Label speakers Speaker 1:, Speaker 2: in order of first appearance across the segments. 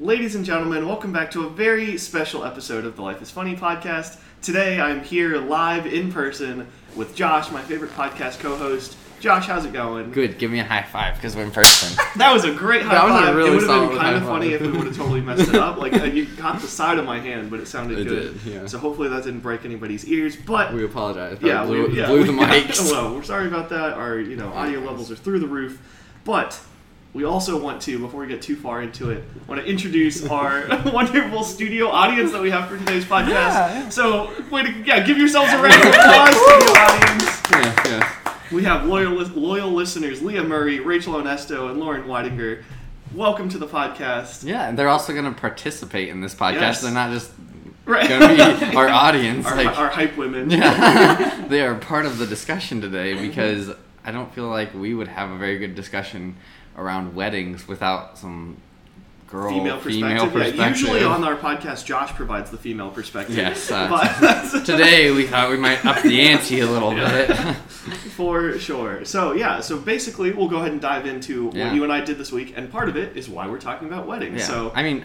Speaker 1: Ladies and gentlemen, welcome back to a very special episode of the Life is Funny podcast. Today I'm here live in person with Josh, my favorite podcast co host. Josh, how's it going?
Speaker 2: Good. Give me a high five because we're in person.
Speaker 1: That was a great high
Speaker 2: That was a
Speaker 1: five.
Speaker 2: really
Speaker 1: it would have
Speaker 2: solid
Speaker 1: been kind of
Speaker 2: high
Speaker 1: funny
Speaker 2: five.
Speaker 1: if we would have totally messed it up. Like uh, you caught the side of my hand, but it sounded
Speaker 2: It
Speaker 1: good.
Speaker 2: did, yeah.
Speaker 1: So hopefully that didn't break anybody's ears. But
Speaker 2: we apologize.
Speaker 1: yeah,
Speaker 2: I blew,
Speaker 1: we, yeah,
Speaker 2: blew the
Speaker 1: we-
Speaker 2: mics.
Speaker 1: Well, we're sorry about that. Our you know audio levels are through the roof, but we also want to before we get too far into it, want to introduce our wonderful studio audience that we have for today's podcast.
Speaker 2: Yeah, yeah.
Speaker 1: So, way to, yeah, give yourselves a round of applause, studio audience.
Speaker 2: yeah, yeah.
Speaker 1: We have loyal loyal listeners Leah Murray, Rachel Onesto, and Lauren Weidinger. Welcome to the podcast.
Speaker 2: Yeah, and they're also going to participate in this podcast.
Speaker 1: Yes.
Speaker 2: They're not just
Speaker 1: Right.
Speaker 2: going to be our audience.
Speaker 1: Our,
Speaker 2: like,
Speaker 1: our hype women.
Speaker 2: yeah, they are part of the discussion today because I don't feel like we would have a very good discussion around weddings without some girl
Speaker 1: female perspective.
Speaker 2: female
Speaker 1: Yeah,
Speaker 2: perspective.
Speaker 1: usually on our podcast, Josh provides the female perspective.
Speaker 2: Yes, uh,
Speaker 1: But-
Speaker 2: Today we thought we might up the ante a little
Speaker 1: Yeah.
Speaker 2: bit.
Speaker 1: for sure. So yeah, so basically, we'll go ahead and dive into
Speaker 2: Yeah.
Speaker 1: what you and I did this week, and part of it is why we're talking about weddings.
Speaker 2: Yeah.
Speaker 1: So
Speaker 2: I mean,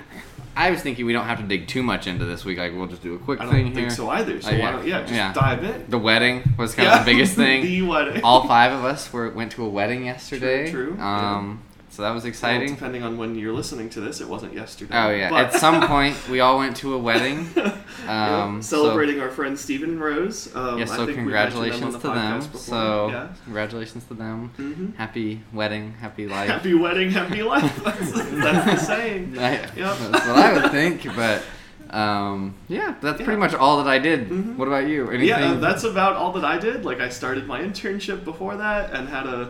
Speaker 2: I was thinking we don't have to dig too much into this week. Like we'll just do a quick
Speaker 1: I don't
Speaker 2: thing
Speaker 1: think
Speaker 2: here.
Speaker 1: so either. So
Speaker 2: Uh,
Speaker 1: why
Speaker 2: yeah.
Speaker 1: don't yeah, just
Speaker 2: Yeah.
Speaker 1: dive in.
Speaker 2: The wedding was kind of the biggest thing.
Speaker 1: the wedding.
Speaker 2: All five of us were went to a wedding yesterday.
Speaker 1: true, yeah.
Speaker 2: Um, So that was
Speaker 1: Well,
Speaker 2: exciting.
Speaker 1: depending on when you're listening to this, it wasn't yesterday.
Speaker 2: Oh yeah.
Speaker 1: But-
Speaker 2: At some point, we all went to a wedding.
Speaker 1: Yeah,
Speaker 2: Um, so-
Speaker 1: celebrating our friend Stephen and Rose. Um,
Speaker 2: yeah.
Speaker 1: I
Speaker 2: So
Speaker 1: think we
Speaker 2: congratulations
Speaker 1: mentioned
Speaker 2: to
Speaker 1: them on the
Speaker 2: them.
Speaker 1: podcast before.
Speaker 2: So
Speaker 1: yeah.
Speaker 2: congratulations to them.
Speaker 1: Mhm.
Speaker 2: Happy wedding. Happy life.
Speaker 1: happy wedding, happy life. That's, that's the saying.
Speaker 2: I,
Speaker 1: Yep.
Speaker 2: That's what I would think, but um, yeah, that's
Speaker 1: Yeah.
Speaker 2: pretty much all that I did.
Speaker 1: Mhm.
Speaker 2: What about you? Anything?
Speaker 1: Yeah, uh, that's about all that I did. Like I started my internship before that and had a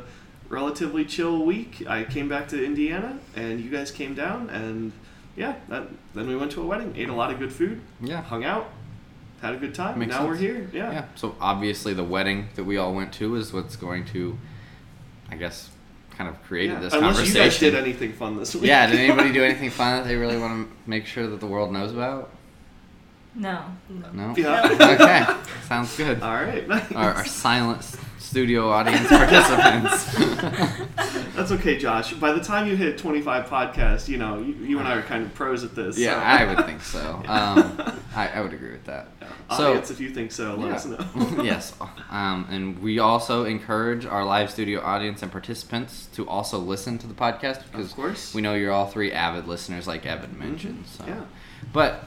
Speaker 1: relatively chill week. I came back to Indiana, and you guys came down, and yeah, that, then we went to a wedding, ate a lot of good food,
Speaker 2: yeah.
Speaker 1: hung out, had a good time.
Speaker 2: Makes
Speaker 1: now we're
Speaker 2: sense.
Speaker 1: here. Yeah.
Speaker 2: Yeah. So obviously, the wedding that we all went to is what's going to, I guess, kind of created
Speaker 1: Yeah.
Speaker 2: this
Speaker 1: Unless
Speaker 2: conversation.
Speaker 1: you guys did anything fun this week.
Speaker 2: yeah. Did anybody do anything fun that they really want to make sure that the world knows about?
Speaker 3: No.
Speaker 2: No.
Speaker 1: Yeah.
Speaker 2: okay. Sounds good.
Speaker 1: All right. nice.
Speaker 2: Our, our silent s- studio audience participants.
Speaker 1: That's okay, Josh. By the time you hit 25 podcasts, you know, you, you and I are kind of pros at this.
Speaker 2: yeah,
Speaker 1: so.
Speaker 2: I would think so. Um, I, I would agree with that.
Speaker 1: Audience, if you think so, let
Speaker 2: Yeah.
Speaker 1: us know.
Speaker 2: yes. Um, and we also encourage our live studio audience and participants to also listen to the podcast because
Speaker 1: Of course. Mm-hmm.
Speaker 2: we know you're all three avid listeners, like Evan mentioned. So.
Speaker 1: Yeah.
Speaker 2: But,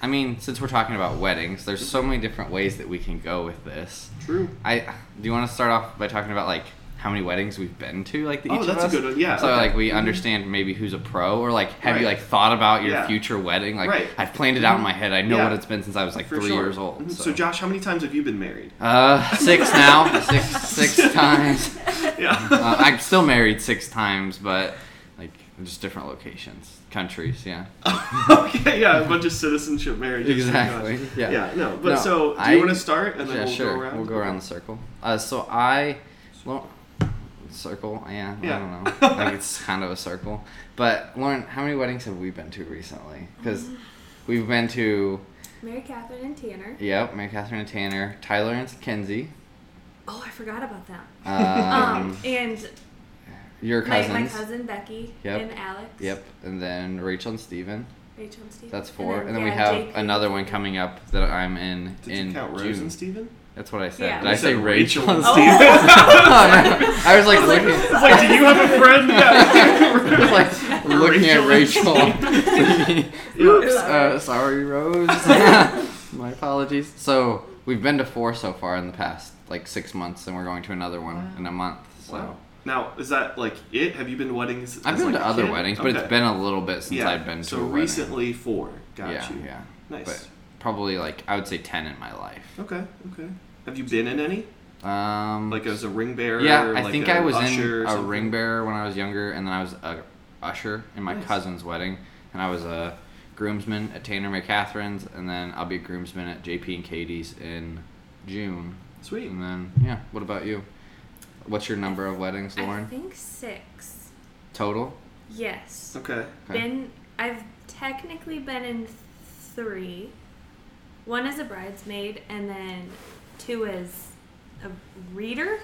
Speaker 2: I mean, since we're talking about weddings, there's so many different ways that we can go with this.
Speaker 1: Mm-hmm. True.
Speaker 2: I do you want to start off by talking about like how many weddings we've been to, like
Speaker 1: Oh,
Speaker 2: each
Speaker 1: that's a
Speaker 2: of us?
Speaker 1: good one, yeah,
Speaker 2: So
Speaker 1: okay. Mm-hmm.
Speaker 2: like we understand maybe who's a pro, or like have you
Speaker 1: Right.
Speaker 2: like thought about your
Speaker 1: Yeah.
Speaker 2: future wedding? Like
Speaker 1: Right. Mm-hmm.
Speaker 2: I've planned it out in my head. I know
Speaker 1: Yeah.
Speaker 2: what it's been since I was like
Speaker 1: For
Speaker 2: three
Speaker 1: sure.
Speaker 2: years old.
Speaker 1: Mhm. So. Josh, how many times have you been married?
Speaker 2: Uh, six now. six six times.
Speaker 1: Yeah.
Speaker 2: Uh, I'm still married six times, but like just different locations, countries. Yeah.
Speaker 1: okay, yeah, a bunch of citizenship marriages.
Speaker 2: Exactly,
Speaker 1: Gosh.
Speaker 2: yeah.
Speaker 1: Yeah, no, but
Speaker 2: No,
Speaker 1: so do
Speaker 2: I-
Speaker 1: you want to start and then
Speaker 2: yeah,
Speaker 1: we'll
Speaker 2: sure.
Speaker 1: go around?
Speaker 2: We'll go around the circle. Uh, so I, well, circle. Yeah.
Speaker 1: Yeah.
Speaker 2: I don't know. like it's kind of a circle. But Lauren, how many weddings have we been to recently? Because we've been to
Speaker 3: Mary Catherine and Tanner.
Speaker 2: yep, Mary Catherine and Tanner, Tyler and Kenzie.
Speaker 3: Oh, I forgot about them.
Speaker 2: Um,
Speaker 3: Um, and
Speaker 2: your
Speaker 3: my,
Speaker 2: cousins.
Speaker 3: my cousin Becky
Speaker 2: Yep.
Speaker 3: and Alex.
Speaker 2: Yep, and then Rachel and Steven.
Speaker 3: Rachel and Steve.
Speaker 2: That's four. And then, we
Speaker 3: yeah,
Speaker 2: have
Speaker 3: JP.
Speaker 2: another one coming up that I'm in
Speaker 1: Did
Speaker 2: in
Speaker 1: you count
Speaker 2: June.
Speaker 1: Rose and Steven?
Speaker 2: That's what I said.
Speaker 3: Yeah.
Speaker 2: Did
Speaker 3: You
Speaker 2: I say
Speaker 1: said
Speaker 2: Rachel and
Speaker 3: Oh.
Speaker 2: Steven? I was like
Speaker 3: I was like,
Speaker 2: looking.
Speaker 3: "Who's
Speaker 1: It's like, do you have a friend?
Speaker 2: I was
Speaker 1: Yeah.
Speaker 2: like looking at
Speaker 1: Rachel
Speaker 2: Rachel. Oops, uh, sorry, Rose. My apologies. So we've been to four so far in the past like six months, and we're going to another one in a month. So
Speaker 1: Wow. Now, is that like it? Have you been to weddings?
Speaker 2: I've
Speaker 1: as,
Speaker 2: been
Speaker 1: like,
Speaker 2: to
Speaker 1: a
Speaker 2: other
Speaker 1: kid?
Speaker 2: weddings, but
Speaker 1: Okay.
Speaker 2: it's been a little bit since
Speaker 1: yeah.
Speaker 2: I've been to
Speaker 1: so
Speaker 2: a wedding.
Speaker 1: recently four. Got
Speaker 2: yeah,
Speaker 1: you.
Speaker 2: yeah.
Speaker 1: Nice.
Speaker 2: But probably like I would say ten in my life.
Speaker 1: Okay, okay. Have you been in any?
Speaker 2: Um,
Speaker 1: Oh. Like as a ring bearer?
Speaker 2: yeah,
Speaker 1: or,
Speaker 2: I
Speaker 1: like,
Speaker 2: think
Speaker 1: a
Speaker 2: I was
Speaker 1: usher or
Speaker 2: in a
Speaker 1: something?
Speaker 2: ring bearer when I was younger, and then I was a usher in my
Speaker 1: Nice.
Speaker 2: cousin's wedding, and I was a groomsman at Tanner McCatherine's, and then I'll be a groomsman at JP and Katie's in June,
Speaker 1: Sweet.
Speaker 2: and then yeah. What about you? What's your number of weddings,
Speaker 3: I
Speaker 2: Lauren?
Speaker 3: think six.
Speaker 2: Total.
Speaker 3: Yes.
Speaker 1: Okay.
Speaker 2: Okay.
Speaker 3: Been I've technically been in three. One as a bridesmaid, and then two as a reader,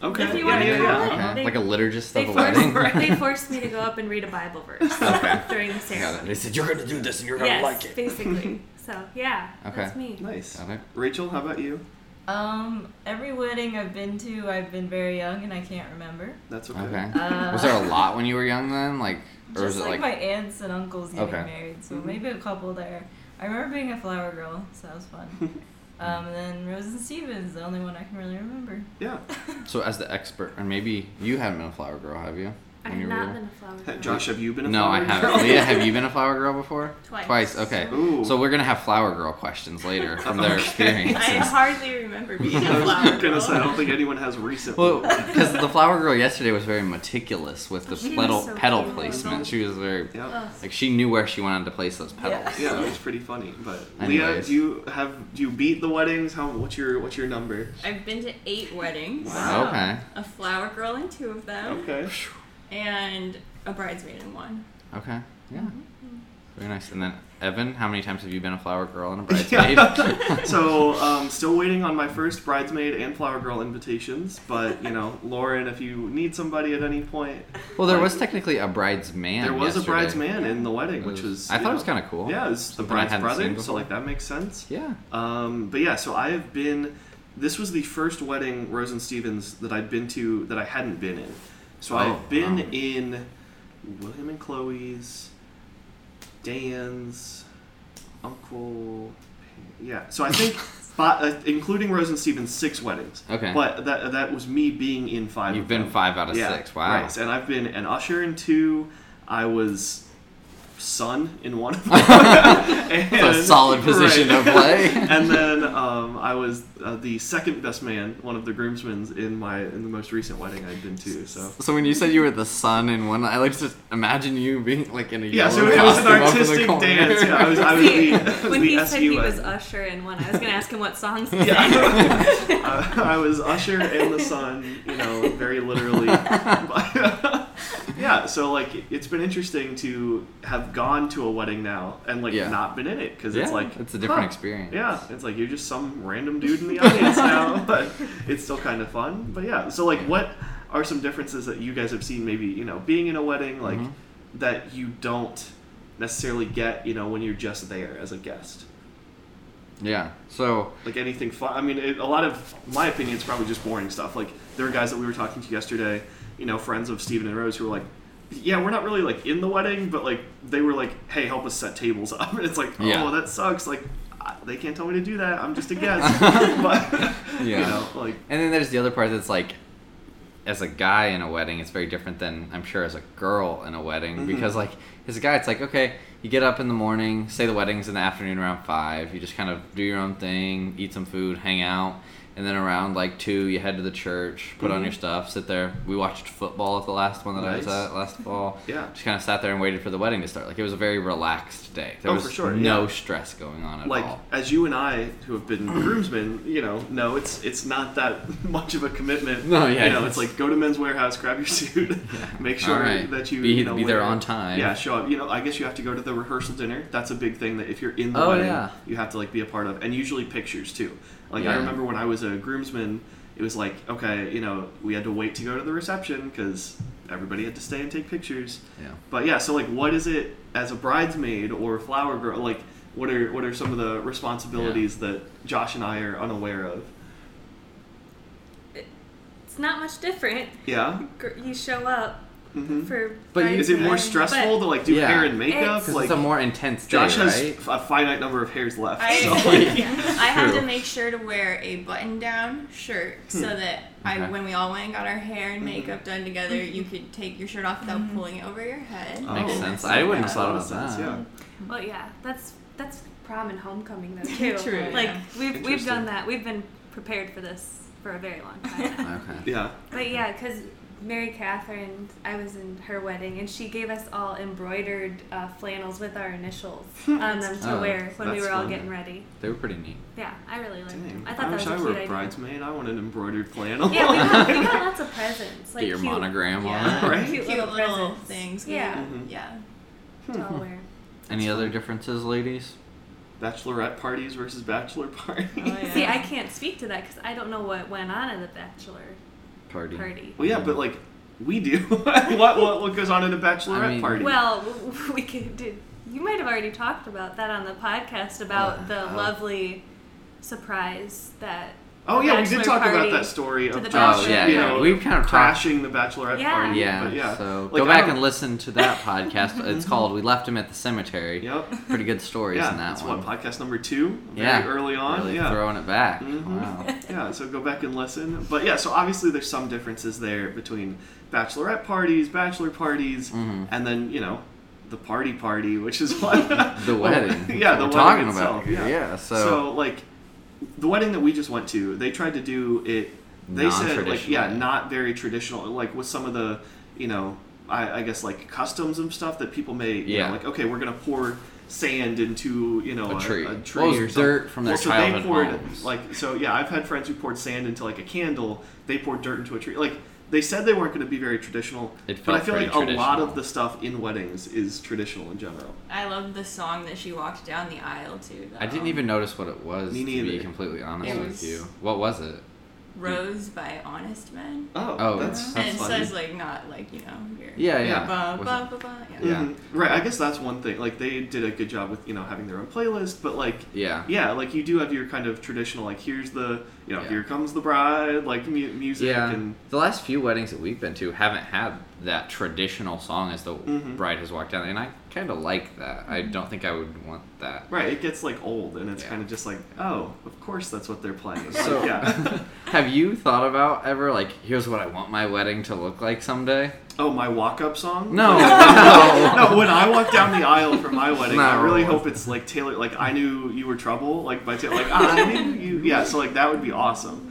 Speaker 1: Okay.
Speaker 3: If
Speaker 1: yeah,
Speaker 3: you wanna
Speaker 1: yeah,
Speaker 3: call
Speaker 1: yeah.
Speaker 3: it.
Speaker 2: Okay.
Speaker 3: They-
Speaker 2: like a liturgist
Speaker 3: They
Speaker 2: of a
Speaker 3: forced,
Speaker 2: wedding.
Speaker 4: Right.
Speaker 3: they forced me to go up and read a Bible verse
Speaker 2: Okay.
Speaker 3: during the
Speaker 2: Got it.
Speaker 3: ceremony.
Speaker 2: They said you're gonna do this and you're gonna
Speaker 3: yes,
Speaker 2: like it.
Speaker 3: basically. So yeah,
Speaker 2: Okay.
Speaker 3: that's me.
Speaker 1: Nice.
Speaker 2: Got it.
Speaker 1: Rachel, how about you?
Speaker 4: Um, every wedding I've been to, I've been very young and I can't remember.
Speaker 1: That's okay.
Speaker 2: Okay.
Speaker 4: Uh,
Speaker 2: was there a lot when you were young then? Like, or was
Speaker 4: Just
Speaker 2: it
Speaker 4: like,
Speaker 2: like,
Speaker 4: my aunts and uncles getting
Speaker 2: Okay.
Speaker 4: married, so
Speaker 5: Mm-hmm.
Speaker 1: Mhm.
Speaker 4: maybe a couple there. I remember being a flower girl, so that was fun. um, and then Rose and Stevens, the only one I can really remember.
Speaker 1: Yeah.
Speaker 2: so as the expert, or maybe you haven't been a flower girl, have you?
Speaker 3: I
Speaker 2: When you
Speaker 3: have
Speaker 2: were
Speaker 3: not
Speaker 2: little?
Speaker 3: been a flower girl.
Speaker 1: Josh, have you been a
Speaker 2: No, I
Speaker 1: flower girl?
Speaker 2: haven't. Leah, have you been a flower girl before?
Speaker 5: Twice.
Speaker 2: Twice. Okay.
Speaker 1: Ooh.
Speaker 2: So we're gonna have flower girl questions later from their
Speaker 1: Okay.
Speaker 5: I
Speaker 2: experiences.
Speaker 5: hardly remember being
Speaker 1: I
Speaker 5: a
Speaker 1: was
Speaker 5: flower
Speaker 1: gonna
Speaker 5: girl.
Speaker 1: say I don't think anyone has recently.
Speaker 2: Well, because the flower girl yesterday was very meticulous with the
Speaker 3: She was
Speaker 2: petal
Speaker 3: so
Speaker 2: petal
Speaker 3: cute.
Speaker 2: placement. She was very
Speaker 1: yeah.
Speaker 5: Ugh.
Speaker 2: like she knew where she wanted to place those
Speaker 4: Yeah.
Speaker 2: petals.
Speaker 1: Yeah,
Speaker 2: so.
Speaker 1: it's pretty funny. But Leah,
Speaker 2: Anyways.
Speaker 1: do you have do you beat the weddings? How what's your what's your number?
Speaker 5: I've been to eight weddings.
Speaker 1: Wow.
Speaker 2: Okay.
Speaker 5: A flower girl in two of
Speaker 3: Um,
Speaker 5: them,
Speaker 1: Okay.
Speaker 5: and a bridesmaid in one.
Speaker 2: Okay.
Speaker 3: Mm-hmm.
Speaker 2: Yeah. Very nice. And then Evan, how many times have you been a flower girl and a bridesmaid?
Speaker 1: So um, still waiting on my first bridesmaid and flower girl invitations. But you know, Lauren, if you need somebody at any point,
Speaker 2: well, there
Speaker 1: like,
Speaker 2: was technically a bridesman.
Speaker 1: there was
Speaker 2: yesterday.
Speaker 1: a bridesman in the wedding, which was
Speaker 2: I
Speaker 1: you
Speaker 2: thought it
Speaker 1: know,
Speaker 2: was kind of cool.
Speaker 1: Yeah, it's the
Speaker 2: Something I
Speaker 1: bride's
Speaker 2: hadn't seen
Speaker 1: brother, so
Speaker 2: before.
Speaker 1: like that makes sense.
Speaker 2: Yeah.
Speaker 1: Um, but yeah, so I have been. This was the first wedding Rose and Stevens that I'd been to that I hadn't been in. So
Speaker 2: Oh,
Speaker 1: I've been
Speaker 2: wow.
Speaker 1: in William and Chloe's, Dan's, Uncle. Yeah. So I think, but, uh, including Rose and Stevens, six weddings.
Speaker 2: Okay.
Speaker 1: But that that was me being in five.
Speaker 2: You've
Speaker 1: of
Speaker 2: been
Speaker 1: them.
Speaker 2: five out of
Speaker 1: Yeah,
Speaker 2: six. Wow.
Speaker 1: Right. And I've been an usher in two. I was son in one. of them.
Speaker 2: That's a
Speaker 1: And-
Speaker 2: solid position
Speaker 1: right.
Speaker 2: to play.
Speaker 1: and then um, I was uh, the second best man, one of the groomsmen in my in the most recent wedding I'd been to. So
Speaker 2: So when you said you were the sun in one, I like to just imagine you being like in a
Speaker 1: yeah, so
Speaker 2: yellow
Speaker 1: it was an
Speaker 2: costume up in the
Speaker 1: artistic
Speaker 2: corner.
Speaker 1: dance. Yeah, I was, I was the, I was
Speaker 3: when
Speaker 1: the
Speaker 3: he
Speaker 1: SU
Speaker 3: said he was
Speaker 1: wedding.
Speaker 3: Usher in one, I was gonna ask him what songs he sang.
Speaker 1: Yeah. Uh, I was Usher and the Sun, you know, very literally. But- yeah, so like it's been interesting to have gone to a wedding now and like
Speaker 2: Yeah.
Speaker 1: not been in it because it's
Speaker 2: Yeah,
Speaker 1: like
Speaker 2: it's a different
Speaker 1: huh,
Speaker 2: experience.
Speaker 1: Yeah, it's like you're just some random dude in the audience now, but it's still kind of fun. But yeah, so like what are some differences that you guys have seen maybe, you know, being in a wedding like
Speaker 2: Mhm.
Speaker 1: that you don't necessarily get, you know, when you're just there as a guest?
Speaker 2: Yeah. So
Speaker 1: like anything fun. I mean, it, a lot of my opinion is probably just boring stuff. Like there are guys that we were talking to yesterday, you know, friends of Stephen and Rose who were like, "Yeah, we're not really like in the wedding, but like they were like, hey, help us set tables up." And it's like,
Speaker 2: Yeah.
Speaker 1: oh, that sucks. Like I- they can't tell me to do that. I'm just a guest. but you
Speaker 2: Yeah.
Speaker 1: know, like
Speaker 2: And then there's the other part that's like, as a guy in a wedding, it's very different than I'm sure as a girl in a wedding
Speaker 1: Mhm.
Speaker 2: because like as a guy, it's like okay, you get up in the morning, say the wedding's in the afternoon around five, you just kind of do your own thing, eat some food, hang out, and then around like two, you head to the church, put on
Speaker 1: Mhm.
Speaker 2: your stuff, sit there. We watched football at the last one that I was
Speaker 1: Nice.
Speaker 2: at last fall.
Speaker 1: Yeah.
Speaker 2: just kind of sat there and waited for the wedding to start. Like it was a very relaxed day. There
Speaker 1: Oh,
Speaker 2: was
Speaker 1: for sure,
Speaker 2: no
Speaker 1: yeah.
Speaker 2: stress going on at
Speaker 1: like
Speaker 2: all.
Speaker 1: as you and I who have been groomsmen, you know, no, it's it's not that much of a commitment.
Speaker 2: No, yeah,
Speaker 1: you know,
Speaker 2: it's-
Speaker 1: it's like go to Men's Warehouse, grab your suit, make sure
Speaker 2: All right.
Speaker 1: that you
Speaker 2: Be-
Speaker 1: you know,
Speaker 2: be there
Speaker 1: wear-
Speaker 2: on time.
Speaker 1: Yeah, show up. You know, I guess you have to go to the rehearsal dinner. That's a big thing that if you're in the
Speaker 2: Oh,
Speaker 1: wedding,
Speaker 2: yeah.
Speaker 1: you have to like be a part of, and usually pictures too. Like I
Speaker 2: Yeah.
Speaker 1: remember when I was a groomsman, it was like okay, you know, we had to wait to go to the reception because everybody had to stay and take pictures.
Speaker 2: Yeah.
Speaker 1: But yeah, so like, what is it as a bridesmaid or flower girl? Like, what are what are some of the responsibilities that Josh and I are unaware of?
Speaker 3: It's not much different.
Speaker 1: Yeah.
Speaker 3: Gr- You show up
Speaker 1: hmm
Speaker 3: for.
Speaker 2: But you-
Speaker 1: Is it more
Speaker 3: bridesmaid,
Speaker 1: stressful
Speaker 3: but-
Speaker 1: to like do
Speaker 2: Yeah.
Speaker 1: hair and makeup?
Speaker 3: It's-
Speaker 2: Because
Speaker 1: like
Speaker 2: it's a more intense day,
Speaker 1: Josh has
Speaker 2: right?
Speaker 1: f- a finite number of hairs left.
Speaker 5: I,
Speaker 1: so,
Speaker 5: yeah.
Speaker 1: like,
Speaker 5: I had to
Speaker 2: True. Hmm.
Speaker 5: make sure to wear a button-down shirt so that I,
Speaker 2: Okay. Mm-hmm.
Speaker 5: when we all went and got our hair and
Speaker 1: Mhm.
Speaker 5: makeup done together, you could take your shirt off without
Speaker 3: Mm-hmm.
Speaker 5: pulling it over your head.
Speaker 1: Oh.
Speaker 2: Makes
Speaker 1: that's
Speaker 2: sense.
Speaker 1: not
Speaker 2: I wouldn't
Speaker 1: bad.
Speaker 2: have thought
Speaker 1: That
Speaker 2: about
Speaker 1: makes
Speaker 2: that.
Speaker 1: sense,
Speaker 3: Well, yeah, that's that's prom and homecoming though too.
Speaker 4: True,
Speaker 3: Like
Speaker 5: yeah.
Speaker 3: we've we've
Speaker 1: Interesting.
Speaker 3: done that. We've been prepared for this for a very long time.
Speaker 2: Okay.
Speaker 1: Yeah.
Speaker 3: but yeah, because Mary Catherine, I was in her wedding, and she gave us all embroidered uh, flannels with our initials on them to
Speaker 2: Oh,
Speaker 3: wear when we
Speaker 1: that's
Speaker 3: were all
Speaker 1: fun.
Speaker 3: getting ready.
Speaker 2: They were pretty neat.
Speaker 3: Yeah, I really liked
Speaker 1: Dang.
Speaker 3: them. I thought that
Speaker 1: wish
Speaker 3: was a
Speaker 1: I
Speaker 3: cute
Speaker 1: were a
Speaker 3: idea.
Speaker 1: bridesmaid. I want an embroidered flannel.
Speaker 3: Yeah, we got, we got lots of presents. Like
Speaker 2: Get your
Speaker 3: cute,
Speaker 2: monogram
Speaker 5: Yeah.
Speaker 2: on it.
Speaker 1: Right.
Speaker 5: Cute,
Speaker 3: Cute
Speaker 5: little,
Speaker 3: little presents.
Speaker 5: things.
Speaker 3: Yeah.
Speaker 2: Mm-hmm.
Speaker 1: Mhm.
Speaker 5: Yeah.
Speaker 3: to all wear.
Speaker 2: Any
Speaker 1: That's
Speaker 2: other
Speaker 1: fun.
Speaker 2: differences, ladies?
Speaker 1: Bachelorette parties versus bachelor parties.
Speaker 5: Oh, yeah.
Speaker 3: See, I can't speak to that because I don't know what went on in the Bachelor
Speaker 2: party.
Speaker 3: party.
Speaker 1: Well, yeah, but like we do. what, what what goes on at a bachelorette
Speaker 2: I mean-
Speaker 1: party?
Speaker 3: Well, we could, did, you might have already talked about that on the podcast about
Speaker 2: Uh,
Speaker 3: the
Speaker 2: oh.
Speaker 3: lovely surprise that.
Speaker 1: oh
Speaker 3: the
Speaker 1: yeah, we did
Speaker 3: bachelor
Speaker 1: talk about
Speaker 3: party
Speaker 1: that story
Speaker 3: to
Speaker 1: of
Speaker 3: the
Speaker 1: Josh,
Speaker 2: Oh yeah,
Speaker 1: you
Speaker 2: yeah.
Speaker 1: know,
Speaker 2: We've kind of talked.
Speaker 1: crashing the bachelorette
Speaker 3: Yeah.
Speaker 1: party.
Speaker 2: Yeah,
Speaker 1: but yeah.
Speaker 2: So
Speaker 1: Like,
Speaker 2: go
Speaker 1: I
Speaker 2: back
Speaker 1: don't-
Speaker 2: and listen to that podcast. It's called "We Left Him at the Cemetery."
Speaker 1: Yep.
Speaker 2: Pretty good stories
Speaker 1: yeah,
Speaker 2: in that
Speaker 1: that's
Speaker 2: one.
Speaker 1: what podcast number two, very
Speaker 2: yeah,
Speaker 1: early on.
Speaker 2: really
Speaker 1: yeah,
Speaker 2: throwing it back.
Speaker 1: Mhm.
Speaker 2: Wow.
Speaker 1: yeah, so go back and listen. But yeah, so obviously there's some differences there between bachelorette parties, bachelor parties,
Speaker 2: Mhm.
Speaker 1: and then, you know, the party party, which is what
Speaker 2: The wedding.
Speaker 1: Oh, yeah, the
Speaker 2: that we're
Speaker 1: wedding
Speaker 2: talking
Speaker 1: itself.
Speaker 2: about. here.
Speaker 1: yeah.
Speaker 2: So,
Speaker 1: like the wedding that we just went to, they tried to do it they said like
Speaker 2: Non-traditional.
Speaker 1: yeah, not very traditional, like with some of the, you know, I, I guess like customs and stuff that people may you know,
Speaker 2: Yeah.
Speaker 1: like, okay, we're gonna pour sand into, you know,
Speaker 2: A tree.
Speaker 1: a,
Speaker 2: Well,
Speaker 1: tree
Speaker 2: it was
Speaker 1: or something.
Speaker 2: dirt from their
Speaker 1: well, so
Speaker 2: childhood
Speaker 1: they poured
Speaker 2: homes.
Speaker 1: like so yeah, I've had friends who poured sand into like a candle, they poured dirt into a tree. Like they said they weren't gonna be very traditional.
Speaker 2: It
Speaker 1: but I
Speaker 2: felt
Speaker 1: feel like
Speaker 2: pretty
Speaker 1: a lot
Speaker 2: traditional.
Speaker 1: of the stuff in weddings is traditional in general.
Speaker 5: I love the song that she walked down the aisle to. Though.
Speaker 2: I didn't even notice what it was.
Speaker 1: Me
Speaker 2: To be
Speaker 1: neither.
Speaker 2: completely honest
Speaker 5: It
Speaker 2: with
Speaker 5: was-
Speaker 2: you, what was it?
Speaker 5: Rose by Honest Men.
Speaker 1: Oh,
Speaker 2: Oh,
Speaker 1: that's,
Speaker 5: and
Speaker 1: that's
Speaker 5: it
Speaker 1: funny.
Speaker 5: says like not like you know. Your,
Speaker 2: Yeah, yeah.
Speaker 5: Ba,
Speaker 2: Was
Speaker 5: ba, ba, ba, yeah.
Speaker 2: Yeah.
Speaker 1: Mhm. Right. I guess that's one thing. Like they did a good job with you know having their own playlist, but like
Speaker 2: it- Yeah.
Speaker 1: yeah, like you do have your kind of traditional like here's the you know
Speaker 2: Yeah.
Speaker 1: here comes the bride like mu- music
Speaker 2: Yeah.
Speaker 1: and
Speaker 2: The last few weddings that we've been to haven't had that traditional song as the
Speaker 1: Mhm.
Speaker 2: bride has walked down, and I kind of like that. I
Speaker 3: Mm-hmm.
Speaker 2: don't think I would want that.
Speaker 1: right it gets like old and it's
Speaker 2: Yeah.
Speaker 1: kind of just like oh of course that's what they're playing.
Speaker 2: So-
Speaker 1: Like, yeah.
Speaker 2: Have you thought about ever like here's what I want my wedding to look like someday?
Speaker 1: oh my walk up song.
Speaker 2: No,
Speaker 1: No, when I walk down the aisle for my wedding, I
Speaker 2: No.
Speaker 1: really hope it's like Taylor. Like I knew you were trouble. Like by Taylor. Like I knew you. Yeah. So like that would be awesome.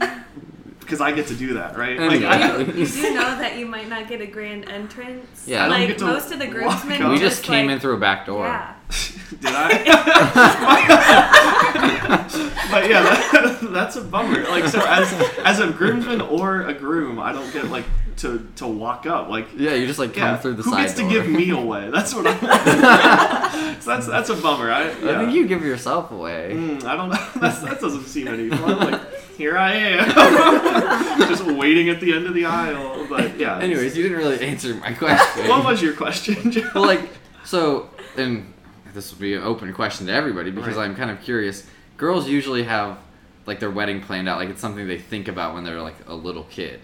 Speaker 1: Because I get to do that, right? Like, I-
Speaker 2: Yeah.
Speaker 3: You do know that you might not get a grand entrance.
Speaker 2: Yeah. I don't
Speaker 1: get
Speaker 3: like
Speaker 1: to
Speaker 3: most of the
Speaker 1: walk
Speaker 3: groomsmen.
Speaker 1: out.
Speaker 2: we just came
Speaker 3: like,
Speaker 2: in through a back door.
Speaker 3: Yeah.
Speaker 1: Did I? but yeah, that, that's a bummer. Like, so as as a groomsman or a groom, I don't get like to to walk up. Like,
Speaker 2: Yeah, you just like come
Speaker 1: yeah,
Speaker 2: through the
Speaker 1: who
Speaker 2: side
Speaker 1: gets
Speaker 2: door.
Speaker 1: to give me away? That's what I. so that's that's a bummer. I,
Speaker 2: I
Speaker 1: yeah.
Speaker 2: think you give yourself away.
Speaker 1: Mm, I don't. That's, that doesn't seem any fun. Like, here I am, just waiting at the end of the aisle. But yeah.
Speaker 2: Anyways, you didn't really answer my question.
Speaker 1: what was your question, John?
Speaker 2: Well, like, so, and this will be an open question to everybody because
Speaker 1: Right.
Speaker 2: I'm kind of curious. Girls usually have like their wedding planned out, like it's something they think about when they're like a little kid.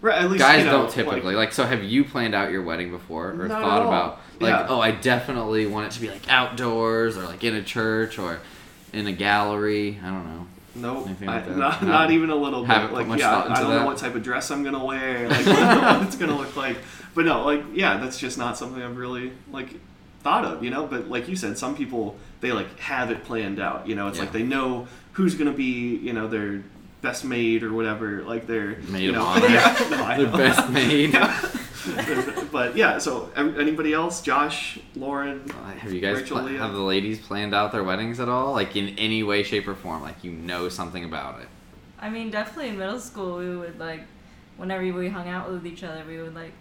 Speaker 1: Right, at least,
Speaker 2: Guys
Speaker 1: you know,
Speaker 2: don't typically like, so. Have you planned out your wedding before or
Speaker 1: Not at
Speaker 2: thought
Speaker 1: all.
Speaker 2: about like,
Speaker 1: Yeah.
Speaker 2: oh, I definitely want it to be like outdoors or like in a church or in a gallery. I don't know.
Speaker 1: Nope,
Speaker 2: Anything
Speaker 1: I,
Speaker 2: like that?
Speaker 1: not,
Speaker 2: No.
Speaker 1: not even a little bit.
Speaker 2: Haven't put
Speaker 1: Like,
Speaker 2: much
Speaker 1: yeah,
Speaker 2: thought
Speaker 1: I
Speaker 2: into
Speaker 1: don't know
Speaker 2: that.
Speaker 1: what type of dress I'm gonna wear, like what it's gonna look like. But no, like, yeah, that's just not something I've really like thought of, you know. But like you said, some people they like have it planned out. You know, it's like
Speaker 2: Yeah.
Speaker 1: they know who's gonna be, you know, their best maid or whatever. Like their
Speaker 2: Maid
Speaker 1: you
Speaker 2: of
Speaker 1: know,
Speaker 2: honor.
Speaker 1: yeah, no, I
Speaker 2: The
Speaker 1: know.
Speaker 2: best maid.
Speaker 1: but yeah, so ev- anybody else? Josh, Lauren,
Speaker 2: Uh, Have you guys
Speaker 1: Rachel,
Speaker 2: pla-
Speaker 1: Leah.
Speaker 2: have the ladies planned out their weddings at all? Like in any way, shape, or form? Like you know something about it?
Speaker 4: I mean, definitely in middle school, we would like, whenever we hung out with each other, we would like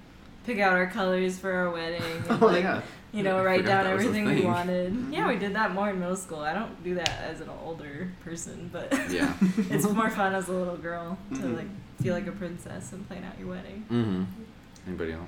Speaker 4: pick out our colors for our wedding. And,
Speaker 1: Oh,
Speaker 4: like,
Speaker 1: yeah.
Speaker 4: You know,
Speaker 2: I
Speaker 4: write
Speaker 2: forgot
Speaker 4: down
Speaker 2: that was a
Speaker 4: everything we
Speaker 2: thing.
Speaker 4: wanted. Yeah, we did that more in middle school. I don't do that as an older person, but
Speaker 2: Yeah.
Speaker 4: it's more fun as a little girl to
Speaker 1: Mhm.
Speaker 4: like feel like a princess and plan out your wedding.
Speaker 2: Mm-hmm. Anybody else?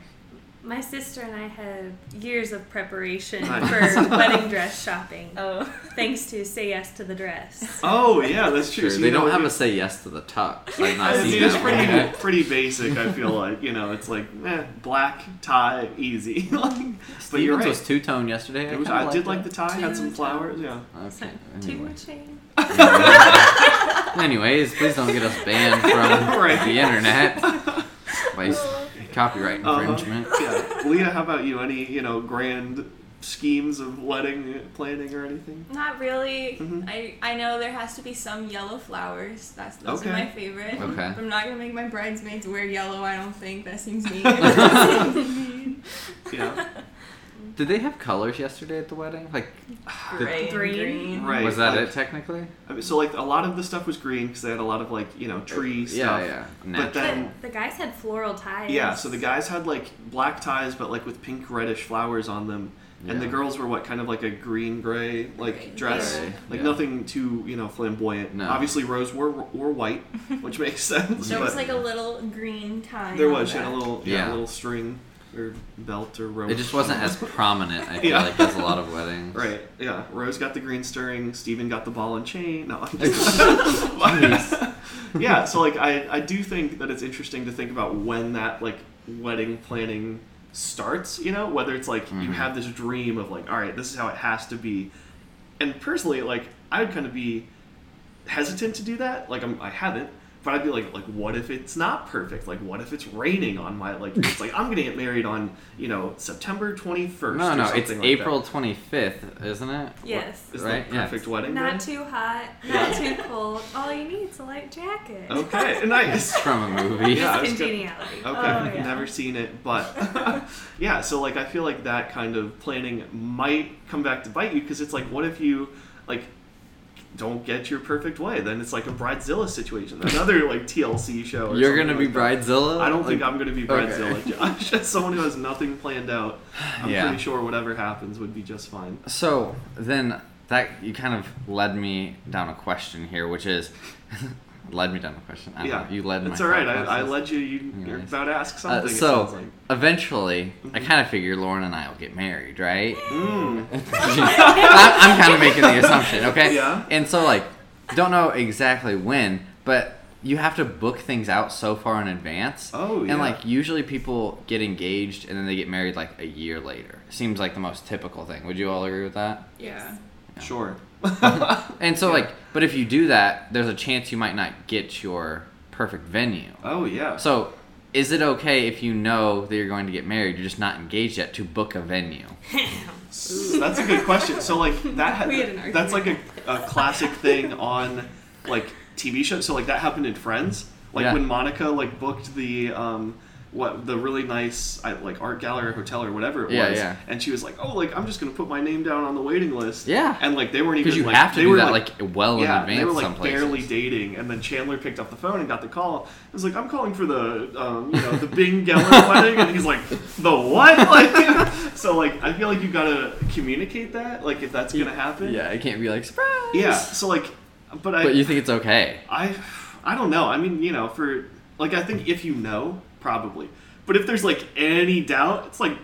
Speaker 3: My sister and I had years of preparation
Speaker 1: Nice.
Speaker 3: for wedding dress shopping,
Speaker 4: Oh,
Speaker 3: thanks to Say Yes to the Dress.
Speaker 1: Oh yeah, that's true.
Speaker 2: Sure.
Speaker 1: So
Speaker 2: They
Speaker 1: you
Speaker 2: don't
Speaker 1: know,
Speaker 2: have
Speaker 1: you-
Speaker 2: to say yes to the tux. I've
Speaker 1: I
Speaker 2: not
Speaker 1: mean,
Speaker 2: seen
Speaker 1: it's
Speaker 2: that.
Speaker 1: pretty
Speaker 2: one.
Speaker 1: pretty basic. I feel like you know, it's like eh, black tie, easy. like, but
Speaker 2: Stevens
Speaker 1: you're right.
Speaker 2: was two tone yesterday.
Speaker 1: It was-
Speaker 2: kinda
Speaker 1: I did like
Speaker 2: it.
Speaker 1: the tie. Had some
Speaker 3: Two-tone.
Speaker 1: flowers. Yeah.
Speaker 2: Okay.
Speaker 3: Two
Speaker 2: Anyway.
Speaker 3: chain.
Speaker 2: Anyways, please don't get us banned from
Speaker 1: Right.
Speaker 2: the internet by s- copyright
Speaker 1: Uh-huh.
Speaker 2: infringement.
Speaker 1: Yeah. Leah, how about you? Any you know grand schemes of wedding planning or anything?
Speaker 5: Not really.
Speaker 2: Mm-hmm.
Speaker 1: Mhm.
Speaker 5: I I know there has to be some yellow flowers. That's those
Speaker 1: Okay.
Speaker 5: are my favorite.
Speaker 2: Okay.
Speaker 5: But I'm not gonna make my bridesmaids wear yellow. I don't think that seems mean. That seems mean.
Speaker 1: Yeah.
Speaker 2: Did they have colors yesterday at the wedding? Like,
Speaker 5: Gray and
Speaker 3: Green.
Speaker 5: green.
Speaker 1: Right.
Speaker 2: was that
Speaker 1: like-
Speaker 2: it technically?
Speaker 1: I mean, so like a lot of the stuff was green because they had a lot of like you know tree
Speaker 2: Yeah,
Speaker 1: stuff.
Speaker 2: yeah.
Speaker 1: But
Speaker 2: Natural.
Speaker 1: then-
Speaker 3: But the guys had floral ties.
Speaker 1: Yeah, so the guys had like black ties, but like with pink reddish flowers on them,
Speaker 2: Yeah.
Speaker 1: and the girls were what kind of like a green gray like
Speaker 5: Gray.
Speaker 1: dress,
Speaker 2: Gray,
Speaker 1: like
Speaker 2: yeah.
Speaker 1: nothing too you know flamboyant.
Speaker 2: No.
Speaker 1: Obviously, Rose wore wore white, which makes sense.
Speaker 5: There
Speaker 1: but
Speaker 5: was like a little green tie.
Speaker 1: there
Speaker 5: on
Speaker 1: was she
Speaker 5: the
Speaker 1: had a
Speaker 5: back.
Speaker 1: little yeah,
Speaker 2: Yeah.
Speaker 1: a little string or belt or rope.
Speaker 2: It just wasn't as prominent. I feel
Speaker 1: Yeah.
Speaker 2: like as a lot of weddings.
Speaker 1: Right, yeah. Rose got the green string, Steven got the ball and chain. No, I'm just
Speaker 2: Jeez.
Speaker 1: Yeah, so like I, I do think that it's interesting to think about when that like wedding planning starts, you know, whether it's like you
Speaker 2: Mhm.
Speaker 1: have this dream of like, all right, this is how it has to be. And personally, like I would kind of be hesitant to do that. Like I'm, I haven't, but I'd be like, like what if it's not perfect? Like what if it's raining on my like? It's like I'm gonna get married on you know September 21st.
Speaker 2: No,
Speaker 1: or
Speaker 2: no,
Speaker 1: something
Speaker 2: it's
Speaker 1: like that.
Speaker 2: April twenty fifth, isn't it?
Speaker 3: Yes.
Speaker 1: Is
Speaker 2: right?
Speaker 1: the
Speaker 2: Yeah.
Speaker 1: perfect wedding
Speaker 3: Not
Speaker 1: day?
Speaker 3: too hot, not too cold. All you need is a light jacket.
Speaker 1: Okay, nice.
Speaker 2: It's from a movie.
Speaker 1: Yeah, I was gonna-
Speaker 3: Congeniality.
Speaker 1: Okay,
Speaker 4: Oh, yeah.
Speaker 1: never seen it, but yeah. So like, I feel like that kind of planning might come back to bite you because it's like, what if you like don't get your perfect way? Then it's like a bridezilla situation, another like TLC show. Or
Speaker 2: You're
Speaker 1: something
Speaker 2: gonna be
Speaker 1: like that.
Speaker 2: Bridezilla.
Speaker 1: I don't think
Speaker 2: Like,
Speaker 1: I'm gonna be
Speaker 2: okay.
Speaker 1: bridezilla, Josh. As someone who has nothing planned out, I'm
Speaker 2: Yeah.
Speaker 1: pretty sure whatever happens would be just fine.
Speaker 2: So then that you kind of led me down a question here, which is led me down a question. I don't
Speaker 1: yeah,
Speaker 2: know, you led.
Speaker 1: It's
Speaker 2: my
Speaker 1: all right.
Speaker 2: thought
Speaker 1: I, I
Speaker 2: process.
Speaker 1: led you. You
Speaker 2: Yeah,
Speaker 1: you're
Speaker 2: nice.
Speaker 1: about to ask
Speaker 2: Uh,
Speaker 1: something. it
Speaker 2: so
Speaker 1: sounds like.
Speaker 2: eventually, I
Speaker 1: Mhm.
Speaker 2: kind of figure Lauren and I will get married, right?
Speaker 1: Mm.
Speaker 2: I, I'm kind of making the assumption, okay?
Speaker 1: Yeah.
Speaker 2: And so, like, don't know exactly when, but you have to book things out so far in advance.
Speaker 1: Oh, yeah.
Speaker 2: And like, usually people get engaged and then they get married like a year later. Seems like the most typical thing. Would you all agree with that?
Speaker 5: Yeah.
Speaker 2: Yeah.
Speaker 1: Sure.
Speaker 2: And so,
Speaker 1: Yeah.
Speaker 2: like, but if you do that, there's a chance you might not get your perfect venue.
Speaker 1: Oh yeah.
Speaker 2: So, is it okay if you know that you're going to get married, you're just not engaged yet, to book a venue?
Speaker 1: So That's a good question. So like that ha-
Speaker 3: We had an
Speaker 1: that's like a, a classic thing on like TV shows. So like that happened in Friends. Like
Speaker 2: Yeah.
Speaker 1: when Monica like booked the um what the really nice I, like art gallery or hotel or whatever it
Speaker 2: Yeah,
Speaker 1: was,
Speaker 2: yeah.
Speaker 1: and she was like, oh like I'm just gonna put my name down on the waiting list.
Speaker 2: Yeah.
Speaker 1: And like they weren't even
Speaker 2: Because you
Speaker 1: like,
Speaker 2: have to
Speaker 1: they
Speaker 2: do
Speaker 1: were,
Speaker 2: that like, well
Speaker 1: yeah,
Speaker 2: Oh, in
Speaker 1: they were
Speaker 2: advance.
Speaker 1: like
Speaker 2: some places.
Speaker 1: barely dating, and then Chandler picked up the phone and got the call. It was like, "I'm calling for the, um, you know, the Bing Geller wedding," and he's like, "The what?" Like, so like, I feel like you gotta communicate that, like, if that's gonna happen.
Speaker 2: Yeah, it can't be like surprise.
Speaker 1: Yeah. So like, but I,
Speaker 2: But you think it's okay?
Speaker 1: I, I don't know. I mean, you know, for like, I think if you know, probably. But if there's like any doubt, it's like,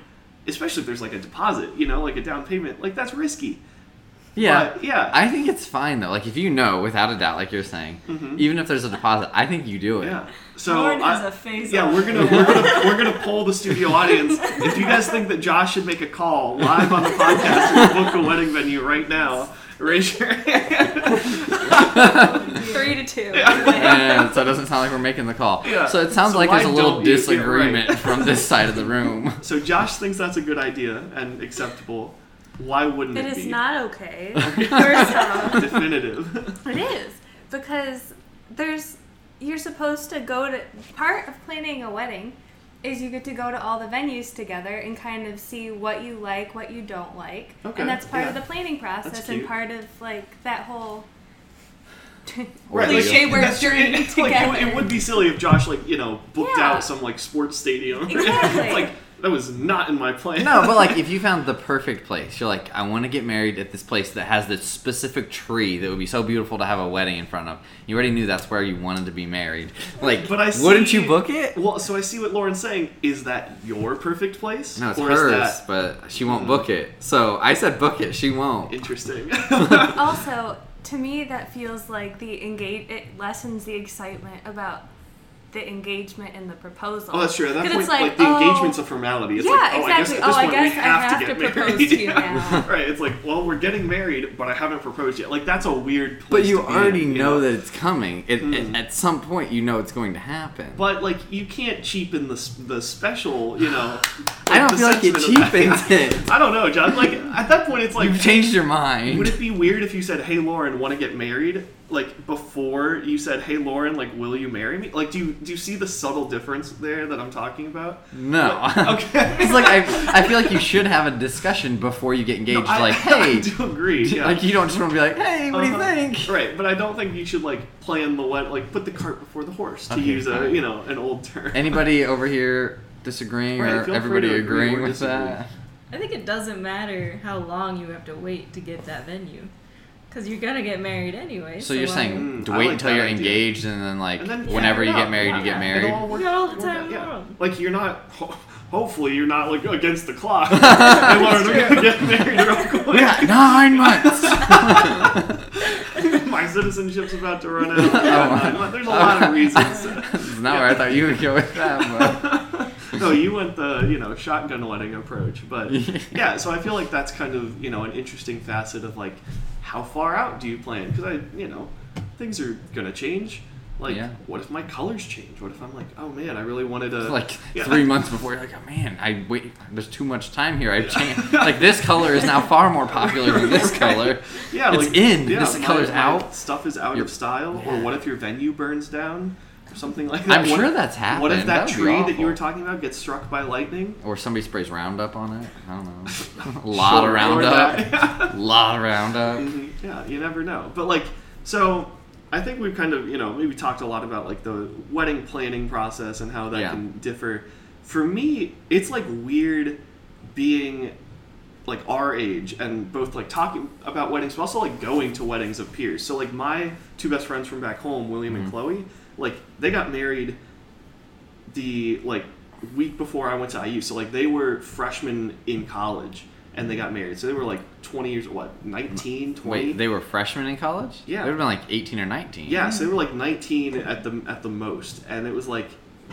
Speaker 1: especially if there's like a deposit, you know, like a down payment, like that's risky.
Speaker 2: Yeah.
Speaker 1: But, yeah.
Speaker 2: I think it's fine though. Like if you know without a doubt, like you're saying,
Speaker 1: Mhm.
Speaker 2: even if there's a deposit, I think you do it.
Speaker 1: Yeah. So
Speaker 4: Lauren
Speaker 1: I-
Speaker 4: has a face.
Speaker 1: Yeah,
Speaker 4: on.
Speaker 1: we're gonna we're gonna we're gonna poll the studio audience. If you guys think that Josh should make a call live on the podcast and book a wedding venue right now, raise your hand.
Speaker 3: Three to two.
Speaker 2: And so it doesn't sound like we're making the call.
Speaker 1: Yeah.
Speaker 2: So it sounds
Speaker 1: So
Speaker 2: like
Speaker 1: why
Speaker 2: there's a little
Speaker 1: don't you- yeah, right.
Speaker 2: disagreement from this side of the room.
Speaker 1: so Josh thinks that's a good idea and acceptable. Why wouldn't
Speaker 3: It
Speaker 1: it,
Speaker 3: is
Speaker 1: be
Speaker 3: not okay. First off,
Speaker 1: definitive?
Speaker 3: it is because there's you're supposed to go to part of planning a wedding is you get to go to all the venues together and kind of see what you like, what you don't like,
Speaker 1: Okay,
Speaker 3: and that's part of
Speaker 1: yeah.
Speaker 3: the planning process
Speaker 1: That's
Speaker 3: and
Speaker 1: cute.
Speaker 3: part of like that whole.
Speaker 2: Right,
Speaker 1: like,
Speaker 2: Cliche
Speaker 3: word
Speaker 1: that's-
Speaker 3: journey
Speaker 1: it- like, it, would-
Speaker 3: together.
Speaker 1: it would be silly if Josh like you know booked
Speaker 3: Yeah.
Speaker 1: out some like sports stadium.
Speaker 3: Exactly.
Speaker 1: it's like that was not in my plan.
Speaker 2: No, but like if you found the perfect place, you're like, I want to get married at this place that has this specific tree that would be so beautiful to have a wedding in front of. You already knew that's where you wanted to be married. Like,
Speaker 1: But I see,
Speaker 2: wouldn't you book it?
Speaker 1: Well, so I see what Lauren's saying. Is that your perfect place?
Speaker 2: No, it's
Speaker 1: or
Speaker 2: hers,
Speaker 1: is that
Speaker 2: but she won't book it. So I said book it. She won't.
Speaker 1: interesting?
Speaker 3: also, to me, that feels like the engage. It lessens the excitement about the engagement and the proposal.
Speaker 1: oh, that's true. At that
Speaker 3: 'Cause
Speaker 1: point,
Speaker 3: it's
Speaker 1: like,
Speaker 3: like,
Speaker 1: the
Speaker 3: oh,
Speaker 1: engagement's a formality. It's
Speaker 3: Yeah,
Speaker 1: like, oh, I guess
Speaker 3: exactly.
Speaker 1: at this
Speaker 3: Oh, I
Speaker 1: point we
Speaker 3: guess I
Speaker 1: have,
Speaker 3: have
Speaker 1: to
Speaker 3: to
Speaker 1: get
Speaker 3: propose
Speaker 1: married.
Speaker 3: to you
Speaker 1: Yeah.
Speaker 3: now.
Speaker 1: right. It's like, well, we're getting married, but I haven't proposed yet. Like that's a weird. Place
Speaker 2: But you
Speaker 1: to be in,
Speaker 2: already
Speaker 1: you
Speaker 2: know that it's coming. It,
Speaker 1: Mm.
Speaker 2: it, at some point, you know it's going to happen.
Speaker 1: But like, you can't cheapen the s- the special. You know.
Speaker 2: I
Speaker 1: like,
Speaker 2: don't
Speaker 1: the
Speaker 2: feel like it
Speaker 1: sentiment of that.
Speaker 2: cheapens it.
Speaker 1: I don't know, John. Like at that point, it's like
Speaker 2: You've changed your
Speaker 1: Would
Speaker 2: mind.
Speaker 1: it be weird if you said, "Hey Lauren, want to get married?" Like before you said, "Hey Lauren, like will you marry me?" Like do you do you see the subtle difference there that I'm talking about?
Speaker 2: No.
Speaker 1: Okay.
Speaker 2: it's like I, I feel like you should have a discussion before you get engaged.
Speaker 1: No, I-
Speaker 2: like, hey,
Speaker 1: I do agree. Yeah.
Speaker 2: like you don't just want to be like, hey, what
Speaker 1: Uh-huh.
Speaker 2: do you think?
Speaker 1: Right, but I don't think you should like plan the wed like put the cart before the horse to
Speaker 2: Okay,
Speaker 1: use a
Speaker 2: fine.
Speaker 1: you know an old term.
Speaker 2: Anybody over here disagreeing
Speaker 1: Right, feel
Speaker 2: or
Speaker 1: free
Speaker 2: everybody
Speaker 1: to agree
Speaker 2: agreeing
Speaker 1: or
Speaker 2: with
Speaker 1: disagree.
Speaker 2: that?
Speaker 4: I think it doesn't matter how long you have to wait to get that venue, because you're gonna get married anyway.
Speaker 2: So you're
Speaker 4: why-
Speaker 2: saying
Speaker 1: Mm,
Speaker 2: to
Speaker 1: I
Speaker 2: wait
Speaker 1: like
Speaker 2: until
Speaker 1: that
Speaker 2: you're
Speaker 1: idea.
Speaker 2: engaged and then like
Speaker 1: And then
Speaker 2: whenever you
Speaker 1: figure it
Speaker 2: get
Speaker 1: out.
Speaker 2: married, you
Speaker 4: Yeah.
Speaker 2: get
Speaker 1: It
Speaker 2: married.
Speaker 1: all works.
Speaker 4: got all the
Speaker 1: work
Speaker 4: time
Speaker 1: out,
Speaker 4: in the
Speaker 1: yeah.
Speaker 4: world.
Speaker 1: Like you're not. Ho- hopefully, you're not like against the clock. I learned to get married real quick.
Speaker 2: We got nine months.
Speaker 1: My citizenship's about to run out.
Speaker 2: Oh.
Speaker 1: There's a lot of reasons.
Speaker 2: It's not where I thought you would go with that, but
Speaker 1: no, you went the you know shotgun wedding approach, but yeah. So I feel like that's kind of you know an interesting facet of like how far out do you plan? Because I you know things are gonna change. Like,
Speaker 2: Yeah.
Speaker 1: what if my colors change? What if I'm like, oh man, I really wanted a
Speaker 2: it's like
Speaker 1: Yeah.
Speaker 2: three months before you're like, oh man, I wait. There's too much time here. I changed. Like this color is now far more popular than this
Speaker 1: Right.
Speaker 2: color.
Speaker 1: yeah,
Speaker 2: it's
Speaker 1: like,
Speaker 2: in.
Speaker 1: Yeah,
Speaker 2: This
Speaker 1: my-
Speaker 2: color's
Speaker 1: my
Speaker 2: out.
Speaker 1: Stuff is out
Speaker 2: Your-
Speaker 1: of style. Or
Speaker 2: Yeah.
Speaker 1: what if your venue burns down? Or something like that.
Speaker 2: I'm
Speaker 1: What-
Speaker 2: sure that's happened.
Speaker 1: What if that,
Speaker 2: would be
Speaker 1: tree that you were
Speaker 2: awful.
Speaker 1: talking about gets struck by lightning?
Speaker 2: or somebody sprays Roundup on it? I don't know. A lot
Speaker 1: Sure,
Speaker 2: of
Speaker 1: or
Speaker 2: Roundup.
Speaker 1: that.
Speaker 2: A lot of Roundup.
Speaker 1: Mhm. Yeah, you never know. But like, so I think we've kind of you know maybe talked a lot about like the wedding planning process and how that
Speaker 2: Yeah.
Speaker 1: can differ. For me, it's like weird being like our age and both like talking about weddings, but also like going to weddings of peers. So like my two best friends from back home, William
Speaker 2: Mm-hmm.
Speaker 1: and Chloe, like they got married the like week before I went to IU. So like they were freshmen in college and they got married. So they were like 20 years what? 19, 20?
Speaker 2: Wait, they were freshmen in college?
Speaker 1: Yeah.
Speaker 2: They would have been like 18 or 19.
Speaker 1: yeah, so they were like 19 at the at the most and it was like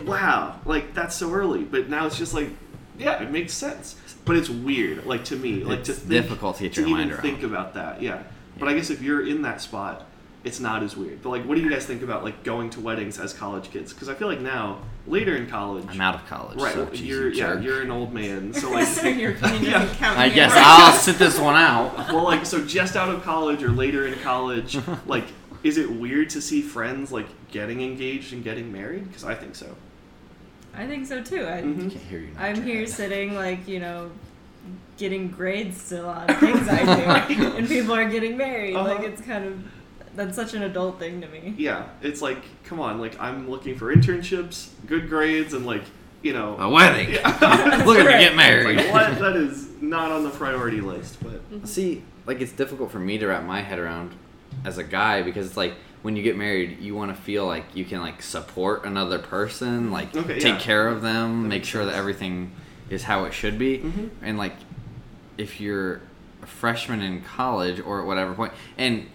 Speaker 1: wow, like that's so early. But now it's just like yeah, it makes sense. But it's weird like to me, like to
Speaker 2: It's
Speaker 1: think
Speaker 2: difficult to get your
Speaker 1: even
Speaker 2: mind around.
Speaker 1: think about that. Yeah. But
Speaker 2: Yeah.
Speaker 1: I guess if you're in that spot, it's not as weird. But like what do you guys think about like going to weddings as college kids? Cuz I feel like now later in college
Speaker 2: I'm out of college.
Speaker 1: Right,
Speaker 2: So,
Speaker 1: well,
Speaker 2: geez,
Speaker 1: you're
Speaker 2: you
Speaker 1: yeah,
Speaker 2: jerk.
Speaker 1: you're an old man, so like
Speaker 5: so your opinion
Speaker 1: Yeah.
Speaker 5: doesn't count.
Speaker 2: I guess
Speaker 5: anymore.
Speaker 2: I'll sit this one out.
Speaker 1: well, like so just out of college or later in college, like is it weird to see friends like getting engaged and getting married? Because I think so.
Speaker 4: I think so too. I,
Speaker 2: I
Speaker 1: Mhm.
Speaker 2: can't hear you. now,
Speaker 4: I'm
Speaker 2: Jared.
Speaker 4: here sitting like you know, getting grades still on things I do, and people are getting married. Like
Speaker 1: Oh Uh-huh.
Speaker 4: it's kind of that's such an adult thing to me.
Speaker 1: Yeah, it's like come on, like I'm looking for internships, good grades, and like you know,
Speaker 2: A wedding.
Speaker 1: yeah.
Speaker 2: Looking to
Speaker 4: Right.
Speaker 2: get married.
Speaker 1: like, what that is not on the priority list, but
Speaker 5: Mm.
Speaker 2: See, like it's difficult for me to wrap my head around as a guy because it's like when you get married, you want to feel like you can like support another person, like
Speaker 1: Okay,
Speaker 2: take
Speaker 1: yeah.
Speaker 2: care of them,
Speaker 1: That
Speaker 2: make
Speaker 1: makes
Speaker 2: sure that
Speaker 1: sense.
Speaker 2: everything is how it should be,
Speaker 1: Mhm.
Speaker 2: and like if you're a freshman in college or at whatever point, and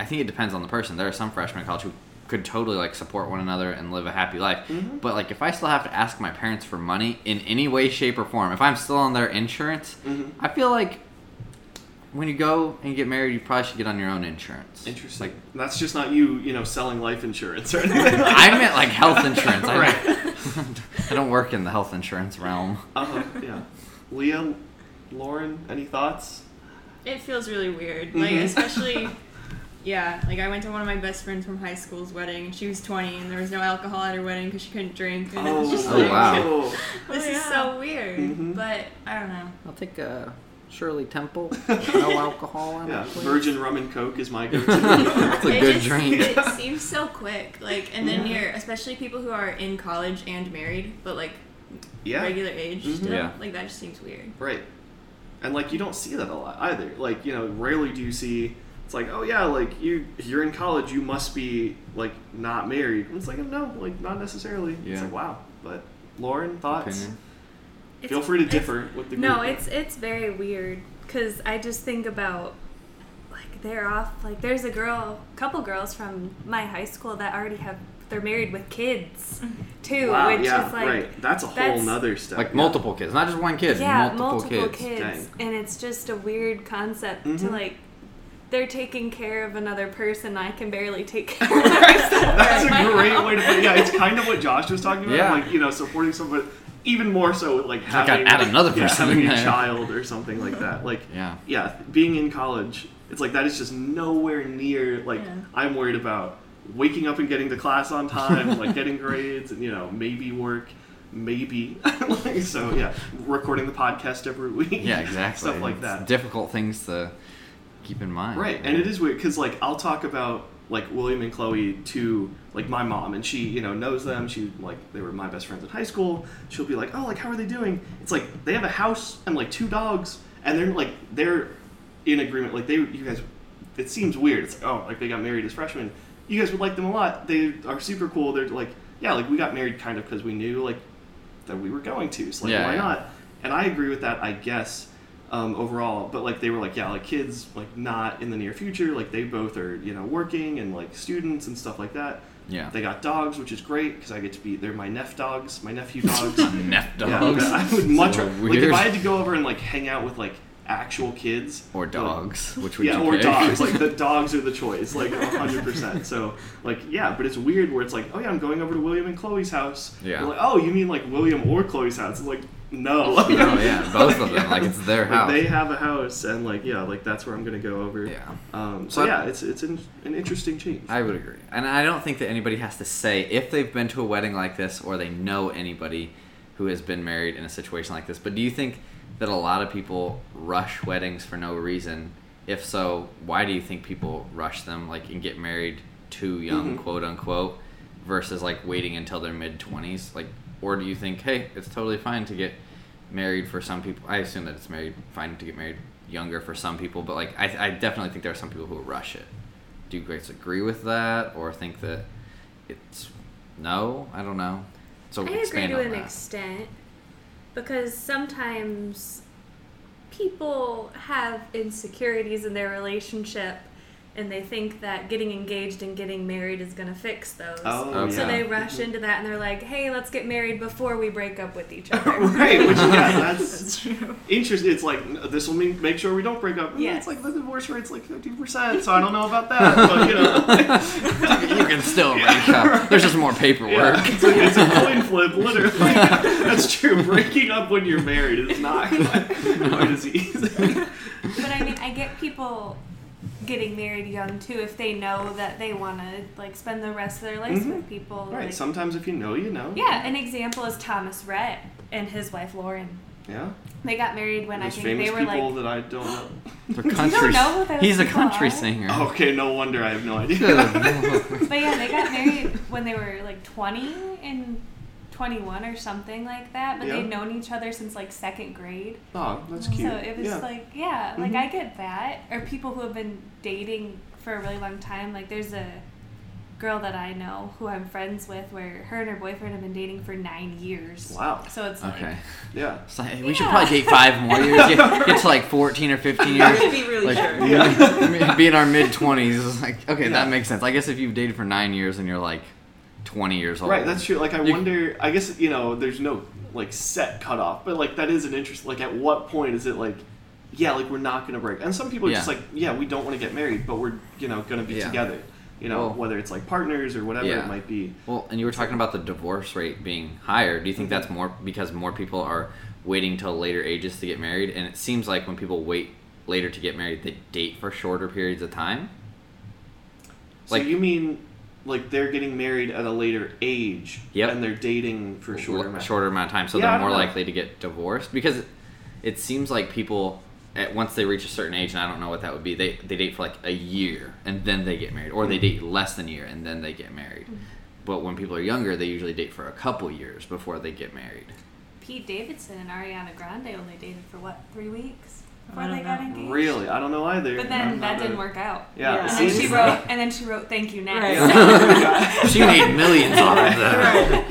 Speaker 2: I think it depends on the person. There are some freshmen in college who could totally like support one another and live a happy life.
Speaker 1: Mhm.
Speaker 2: But like if I still have to ask my parents for money in any way, shape, or form, if I'm still on their insurance,
Speaker 1: Mhm.
Speaker 2: I feel like when you go and get married, you probably should get on your own insurance.
Speaker 1: interesting. that's just not you, you know, selling life insurance or anything. like
Speaker 2: I meant like health insurance. I,
Speaker 1: Right.
Speaker 2: I don't work in the health insurance realm.
Speaker 1: Uh, yeah, Leah, Lauren, any thoughts?
Speaker 5: It feels really weird. Like,
Speaker 1: Mhm.
Speaker 5: especially, yeah, like I went to one of my best friends from high school's wedding. She was 20, and there was no alcohol at her wedding because she couldn't drink. And it was just
Speaker 2: Oh,
Speaker 5: like,
Speaker 2: wow.
Speaker 5: this
Speaker 4: Oh,
Speaker 5: is
Speaker 4: yeah.
Speaker 5: so weird.
Speaker 1: Mhm.
Speaker 5: But I don't know.
Speaker 2: I'll take a Shirley Temple, no alcohol in
Speaker 1: Yeah,
Speaker 2: it. please.
Speaker 1: virgin rum and coke is my go-to.
Speaker 2: That's a
Speaker 5: It
Speaker 2: good
Speaker 5: just-
Speaker 2: drink.
Speaker 5: It seems so quick. Like,
Speaker 1: Mm-hmm.
Speaker 5: and then you're, especially people who are in college and married, but like
Speaker 1: yeah,
Speaker 5: regular age
Speaker 1: Mhm.
Speaker 5: still.
Speaker 2: Yeah.
Speaker 5: Like, that just seems weird.
Speaker 1: right. And like you don't see that a lot either. Like you know, rarely do you see. It's like, oh yeah, like you you're in college, you must be like not married. And it's like no, like not necessarily.
Speaker 2: Yeah.
Speaker 1: It's like wow. But Lauren, thoughts?
Speaker 2: Opinion.
Speaker 3: It's-
Speaker 1: Feel free to
Speaker 3: it's-
Speaker 1: differ with the group.
Speaker 3: No, it's it's very weird because I just think about like they're off. Like there's a girl, couple girls from my high school that already have they're married with kids
Speaker 4: Mm-hmm.
Speaker 3: too,
Speaker 1: wow,
Speaker 3: which
Speaker 1: yeah,
Speaker 3: is like
Speaker 1: right. That's a whole
Speaker 3: that's-
Speaker 1: nother step.
Speaker 2: Like
Speaker 1: yeah.
Speaker 2: multiple kids, not just one kid.
Speaker 3: yeah,
Speaker 2: multiple, kids.
Speaker 3: and it's just a weird concept to
Speaker 1: Mhm.
Speaker 3: like. They're taking care of another person. I can barely take care of myself.
Speaker 1: That's
Speaker 3: right
Speaker 1: a
Speaker 3: now.
Speaker 1: great way to put. Yeah, it's kind of what Josh was talking about.
Speaker 2: Yeah.
Speaker 1: Like you know, supporting someone, but even more so with like
Speaker 2: Like,
Speaker 1: having
Speaker 2: add another
Speaker 1: yeah,
Speaker 2: person
Speaker 1: having
Speaker 2: in
Speaker 1: a
Speaker 2: there.
Speaker 1: child or something like that. Like
Speaker 2: Yeah.
Speaker 1: yeah, being in college, it's like that is just nowhere near like
Speaker 4: Yeah.
Speaker 1: I'm worried about waking up and getting to class on time, like getting grades and you know, maybe work, maybe like so yeah, recording the podcast every week.
Speaker 2: Yeah, exactly.
Speaker 1: Stuff like
Speaker 2: It's
Speaker 1: that.
Speaker 2: Difficult things to keep in mind.
Speaker 1: Right, and it is weird because like I'll talk about like William and Chloe to like my mom, and she you know knows them. She like they were my best friends in high school. She'll be like, oh, like how are they doing? It's like they have a house and like two dogs, and they're like they're in agreement. Like they you guys, it seems weird. It's like, oh like they got married as freshmen. You guys would like them a lot. They are super cool. They're like yeah like we got married kind of because we knew like that we were going to. So like
Speaker 2: Yeah,
Speaker 1: why
Speaker 2: yeah.
Speaker 1: not? And I agree with that. I guess um, overall. But like they were like, yeah, like kids, like not in the near future. Like they both are, you know, working and like students and stuff like that.
Speaker 2: Yeah.
Speaker 1: They got dogs, which is great because I get to be they're my neph dogs, my nephew dogs.
Speaker 2: Neff
Speaker 1: Yeah,
Speaker 2: dogs.
Speaker 1: I would much
Speaker 2: So
Speaker 1: rather like
Speaker 2: weird.
Speaker 1: if I had to go over and like hang out with like actual kids
Speaker 2: or
Speaker 1: like,
Speaker 2: dogs, which would
Speaker 1: yeah,
Speaker 2: you
Speaker 1: or
Speaker 2: pick?
Speaker 1: dogs. Like the dogs are the choice, like hundred percent. So like yeah, but it's weird where it's like, oh yeah, I'm going over to William and Chloe's house.
Speaker 2: Yeah.
Speaker 1: They're like, oh, you mean like William or Chloe's house? It's like no. no,
Speaker 2: No, Oh, yeah, both of them. Like, it's their house.
Speaker 1: They have a house, and like yeah, like that's where I'm gonna go over.
Speaker 2: Yeah.
Speaker 1: Um, so
Speaker 2: But-
Speaker 1: yeah, it's it's an, an interesting change.
Speaker 2: I would agree. And I don't think that anybody has to say if they've been to a wedding like this or they know anybody who has been married in a situation like this. But do you think that a lot of people rush weddings for no reason? If so, why do you think people rush them like and get married too young,
Speaker 1: Mhm.
Speaker 2: quote unquote, versus like waiting until their mid 20s? Like or do you think, "Hey, it's totally fine to get married for some people. I assume that it's married fine to get married younger for some people, but like I, I definitely think there are some people who rush it. Do you guys agree with that, or think that it's no? I don't know. So
Speaker 3: I agree
Speaker 2: expand
Speaker 3: to
Speaker 2: on
Speaker 3: an
Speaker 2: that.
Speaker 3: extent because sometimes people have insecurities in their relationship and they think that getting engaged and getting married is going to fix those.
Speaker 1: Oh,
Speaker 2: Okay.
Speaker 3: So
Speaker 2: yeah.
Speaker 3: they rush into that and they're like, hey, let's get married before we break up with each other.
Speaker 1: right, which yeah, that's
Speaker 4: That's true.
Speaker 1: interesting. It's like n- this will mean, make sure we don't break up. And
Speaker 3: Yes.
Speaker 1: It's like the divorce rate's like fifty percent, so I don't know about that, but you know,
Speaker 2: you can still break up. There's just more paperwork.
Speaker 1: yeah, it's, a, it's a coin flip, literally. that's true. Breaking up when you're married is not quite as easy.
Speaker 3: but I mean, I get people getting married young too if they know that they want to like spend the rest of their lives
Speaker 1: Mhm.
Speaker 3: with people.
Speaker 1: right.
Speaker 3: like-
Speaker 1: Sometimes if you know, you know.
Speaker 3: yeah, an example is Thomas Rhett and his wife Lauren.
Speaker 1: Yeah.
Speaker 3: They got married when
Speaker 1: There's
Speaker 3: I think
Speaker 1: famous
Speaker 3: they were
Speaker 1: people
Speaker 3: like.
Speaker 1: that I don't know.
Speaker 2: They're country.
Speaker 3: know who those
Speaker 2: He's a
Speaker 3: people
Speaker 2: country
Speaker 3: are?
Speaker 2: singer.
Speaker 1: Okay, no wonder I have no idea.
Speaker 2: Good.
Speaker 3: But yeah, they got married when they were like 20 and 21 or something like that. But
Speaker 1: Yeah.
Speaker 3: they'd known each other since like second grade.
Speaker 1: oh, that's cute.
Speaker 3: So it was
Speaker 1: yeah.
Speaker 3: like, yeah, like
Speaker 1: Mhm.
Speaker 3: I get that. Or people who have been dating for a really long time. Like there's a girl that I know who I'm friends with where her and her boyfriend have been dating for nine years.
Speaker 1: Wow.
Speaker 3: So it's like,
Speaker 2: okay.
Speaker 1: Yeah.
Speaker 2: It's like, We should
Speaker 3: Yeah.
Speaker 2: probably date five more years. Get, get to like 14 or 15 years.
Speaker 4: To be really
Speaker 2: like,
Speaker 4: sure.
Speaker 1: Yeah.
Speaker 2: be in our mid twenties. It's like okay,
Speaker 1: Yeah.
Speaker 2: that makes sense. I guess if you've dated for nine years and you're like twenty years old,
Speaker 1: Right, that's true. Like, I
Speaker 2: You-
Speaker 1: wonder. I guess you know, there's no like set cutoff, but like that is an interest. Like, at what point is it like, yeah, like we're not gonna break? And some people are just
Speaker 2: Yeah.
Speaker 1: like, yeah, we don't want to get married, but we're you know gonna be
Speaker 2: Yeah.
Speaker 1: together. You know,
Speaker 2: Well-
Speaker 1: whether it's like partners or whatever
Speaker 2: Yeah.
Speaker 1: it might be.
Speaker 2: Well, and you were talking about the divorce rate being higher. Do you
Speaker 1: Mm-hmm.
Speaker 2: think that's more because more people are waiting till later ages to get married? And it seems like when people wait later to get married, they date for shorter periods of time.
Speaker 1: So
Speaker 2: Like-
Speaker 1: you mean like they're getting married at a later age,
Speaker 2: Yep.
Speaker 1: and they're dating for a shorter
Speaker 2: l-
Speaker 1: amount.
Speaker 2: shorter amount of time, so
Speaker 1: Yeah, I
Speaker 2: they're
Speaker 1: don't
Speaker 2: more
Speaker 1: know.
Speaker 2: likely to get divorced because it, it seems like people at once they reach a certain age, and I don't know what that would be. They they date for like a year and then they get married, or they
Speaker 1: Mm-hmm.
Speaker 2: date less than a year and then they get married. But when people are younger, they usually date for a couple years before they get married.
Speaker 3: Pete Davidson and Ariana Grande only dated for what, three weeks
Speaker 4: I
Speaker 3: before
Speaker 4: don't
Speaker 3: they got
Speaker 4: know.
Speaker 3: engaged?
Speaker 1: Really, I don't know either.
Speaker 3: But
Speaker 1: I'm
Speaker 3: then
Speaker 1: not
Speaker 3: that didn't
Speaker 1: a-
Speaker 3: work out.
Speaker 1: Yeah,
Speaker 4: Yeah.
Speaker 1: it
Speaker 3: And then she
Speaker 1: seems-
Speaker 3: wrote, and then she wrote, "Thank you next."
Speaker 1: Yeah.
Speaker 2: she made millions off of that.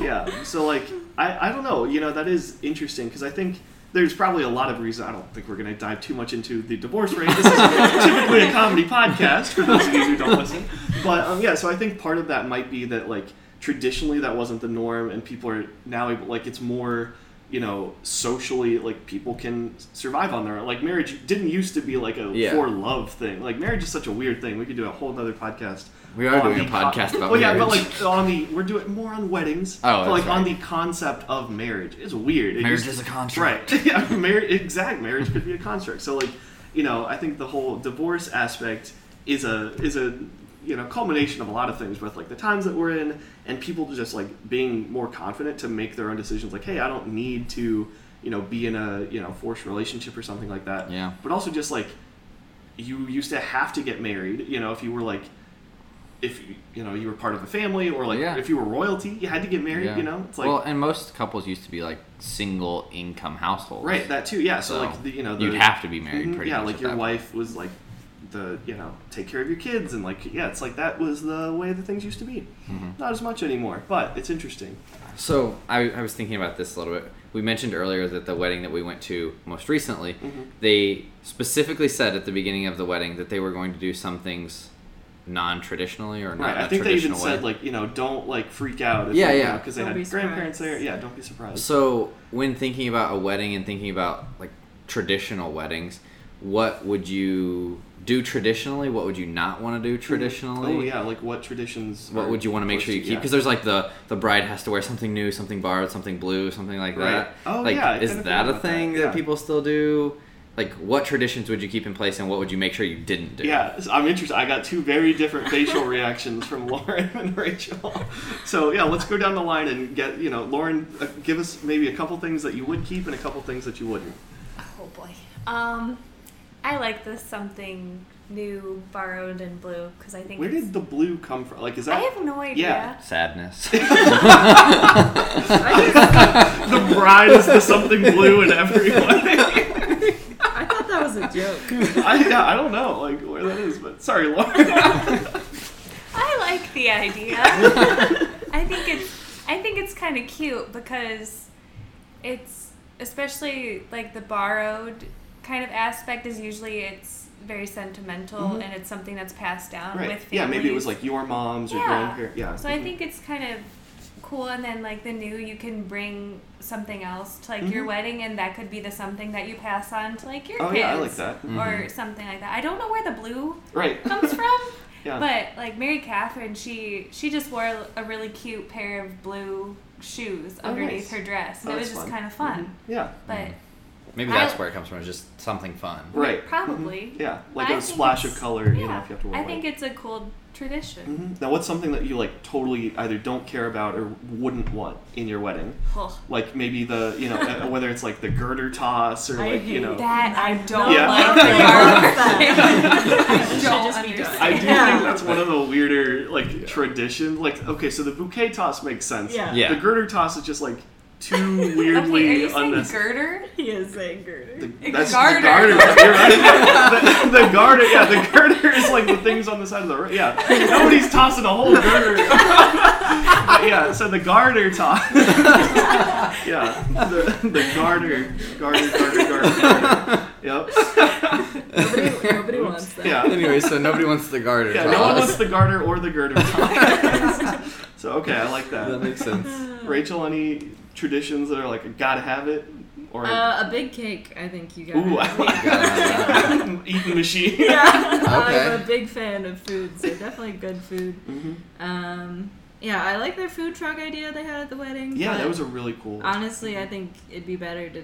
Speaker 1: yeah. So like, I, I don't know. You know, that is interesting because I think there's probably a lot of reasons. I don't think we're going to dive too much into the divorce rate. This is typically a comedy podcast for those of you who don't listen. But um, yeah, so I think part of that might be that like traditionally that wasn't the norm, and people are now able, like it's more. You know, socially, like people can survive on their own. Like marriage didn't used to be like a
Speaker 2: Yeah.
Speaker 1: for love thing. Like marriage is such a weird thing. We could do a whole other podcast.
Speaker 2: We are
Speaker 1: on
Speaker 2: doing
Speaker 1: the
Speaker 2: a
Speaker 1: con-
Speaker 2: podcast about
Speaker 1: Well, yeah, but
Speaker 2: marriage.
Speaker 1: like on the we're doing more on weddings.
Speaker 2: Oh,
Speaker 1: but like
Speaker 2: that's
Speaker 1: on the
Speaker 2: right.
Speaker 1: concept of marriage. It's weird. It
Speaker 2: Marriage
Speaker 1: used-
Speaker 2: is a contract.
Speaker 1: Right. yeah, marriage exact marriage could be a construct. So like, you know, I think the whole divorce aspect is a is a you know, culmination of a lot of things with like the times that we're in and people just like being more confident to make their own decisions like, hey, I don't need to, you know, be in a, you know, forced relationship or something like that.
Speaker 2: Yeah.
Speaker 1: But also just like you used to have to get married. You know, if you were like, if you- you know you were part of a family or like
Speaker 2: Yeah.
Speaker 1: if you were royalty, you had to get married. You know, it's like
Speaker 2: well, and most couples used to be like single income households,
Speaker 1: right that too. Yeah, so, like the, you know the,
Speaker 2: you'd have to be married
Speaker 1: Mhm,
Speaker 2: pretty
Speaker 1: yeah,
Speaker 2: much
Speaker 1: like
Speaker 2: at
Speaker 1: your
Speaker 2: that
Speaker 1: wife was like the you know take care of your kids and like yeah, it's like that was the way the things used to be.
Speaker 2: Mhm.
Speaker 1: Not as much anymore, but it's interesting.
Speaker 2: So I, I was thinking about this a little bit. We mentioned earlier that the wedding that we went to most recently,
Speaker 1: Mhm.
Speaker 2: they specifically said at the beginning of the wedding that they were going to do some things non-traditionally or not
Speaker 1: Right,
Speaker 2: in a
Speaker 1: I think they even
Speaker 2: traditional way.
Speaker 1: said like you know don't like freak out. If,
Speaker 2: Yeah,
Speaker 1: you
Speaker 2: yeah.
Speaker 1: Because they
Speaker 4: Don't
Speaker 1: had
Speaker 4: be surprised.
Speaker 1: grandparents there. Yeah, don't be surprised.
Speaker 2: So, when thinking about a wedding and thinking about like traditional weddings, what would you do traditionally? What would you not want to do traditionally?
Speaker 1: Oh yeah, like what traditions?
Speaker 2: What
Speaker 1: are
Speaker 2: would you want to make sure you
Speaker 1: supposed
Speaker 2: keep? Because
Speaker 1: yeah.
Speaker 2: there's like the the bride has to wear something new, something borrowed, something blue, something like
Speaker 1: Right.
Speaker 2: that.
Speaker 1: Oh,
Speaker 2: like,
Speaker 1: yeah, I
Speaker 2: Is
Speaker 1: kinda forgot
Speaker 2: that a
Speaker 1: about that,
Speaker 2: thing that,
Speaker 1: yeah.
Speaker 2: people still do? Like, what traditions would you keep in place, and what would you make sure you didn't do?
Speaker 1: Yeah, so I'm interested. I got two very different facial reactions from Lauren and Rachel. So yeah, let's go down the line and get you know Lauren, uh, give us maybe a couple things that you would keep and a couple things that you wouldn't.
Speaker 3: Oh boy. Um, I like this something new, borrowed, and blue because I think.
Speaker 1: Where
Speaker 3: it's-
Speaker 1: did the blue come from? Like, is
Speaker 3: I
Speaker 1: that
Speaker 3: have no idea.
Speaker 1: Yeah.
Speaker 2: Sadness.
Speaker 4: I, just,
Speaker 1: the bride is the something blue in everyone?
Speaker 4: I thought that was a joke.
Speaker 1: I, yeah, I don't know like where that is, but sorry, Lauren.
Speaker 3: I like the idea. I think it's I think it's kind of cute because it's especially like the borrowed kind of aspect is usually it's very sentimental
Speaker 1: Mhm.
Speaker 3: and it's something that's passed down
Speaker 1: right?
Speaker 3: with families.
Speaker 1: Yeah, maybe it was like your mom's or
Speaker 3: Yeah.
Speaker 1: grandparents. Yeah.
Speaker 3: So I
Speaker 1: mhm.
Speaker 3: think it's kind of cool and then like the new you can bring something else to like your
Speaker 1: Mhm.
Speaker 3: wedding and that could be the something that you pass on to like your
Speaker 1: Oh
Speaker 3: kids
Speaker 1: yeah, I like that. Mm-hmm.
Speaker 3: or something like that. I don't know where the blue
Speaker 1: Right.
Speaker 3: comes from.
Speaker 1: Yeah.
Speaker 3: But like Mary Catherine, she she just wore a really cute pair of blue shoes
Speaker 1: Oh, nice.
Speaker 3: underneath her dress, and
Speaker 1: Oh,
Speaker 3: it was
Speaker 1: that's fun.
Speaker 3: just
Speaker 1: Mm-hmm.
Speaker 3: kind of fun.
Speaker 1: Yeah.
Speaker 3: But
Speaker 2: Maybe
Speaker 3: I-
Speaker 2: that's where it comes from. It's just something fun.
Speaker 1: Right. Mm-hmm.
Speaker 3: probably,
Speaker 1: Yeah, like
Speaker 3: I
Speaker 1: a
Speaker 3: think
Speaker 1: splash of
Speaker 3: it's-
Speaker 1: color, you know,
Speaker 3: yeah,
Speaker 1: if you have to wear
Speaker 3: I
Speaker 1: white.
Speaker 3: think it's a cool tradition.
Speaker 1: Mhm. Now, what's something that you like totally either don't care about or wouldn't want in your wedding?
Speaker 3: Ugh.
Speaker 1: Like maybe the you know uh, whether it's like the girder toss or
Speaker 4: I
Speaker 1: like you
Speaker 4: hate
Speaker 1: know.
Speaker 3: That I don't
Speaker 1: Yeah.
Speaker 3: like.
Speaker 4: Nothing
Speaker 3: the
Speaker 4: wrong
Speaker 3: armor.
Speaker 4: with that.
Speaker 3: Should
Speaker 4: Don't
Speaker 3: just be
Speaker 4: understand.
Speaker 1: I do
Speaker 4: Yeah.
Speaker 1: think that's one of the weirder like traditions. Like okay, so the bouquet toss makes sense.
Speaker 4: Yeah.
Speaker 2: Yeah.
Speaker 1: The girder toss is just like too
Speaker 3: okay, are
Speaker 1: weirdly
Speaker 3: you saying
Speaker 1: unnecessary.
Speaker 3: girder?
Speaker 4: He is angered.
Speaker 1: The,
Speaker 3: It's
Speaker 1: that's
Speaker 3: garter.
Speaker 1: the garter. You're right. The, the garter. Yeah, the girder is like the things on the side of the road. Yeah, nobody's tossing a whole girder. But yeah, so the garter toss. yeah, the, the garter, garter, garter, garter. garter. Yep.
Speaker 4: Nobody, nobody wants that.
Speaker 1: Yeah.
Speaker 2: anyway, so nobody wants the garter.
Speaker 1: Yeah, no one
Speaker 2: toss.
Speaker 1: wants the garter or the girder toss. so okay, I like
Speaker 2: That
Speaker 1: that.
Speaker 2: makes sense.
Speaker 1: Rachel, any traditions that are like gotta have it or
Speaker 4: Uh, a big cake, I think you got.
Speaker 1: ooh, I like that. eating machine.
Speaker 4: yeah,
Speaker 2: Okay.
Speaker 4: I'm a big fan of food, so definitely good food.
Speaker 1: hmm
Speaker 4: Um, yeah, I like their food truck idea they had at the wedding.
Speaker 1: Yeah,
Speaker 4: but
Speaker 1: that was a really cool.
Speaker 4: honestly, I think it'd be better to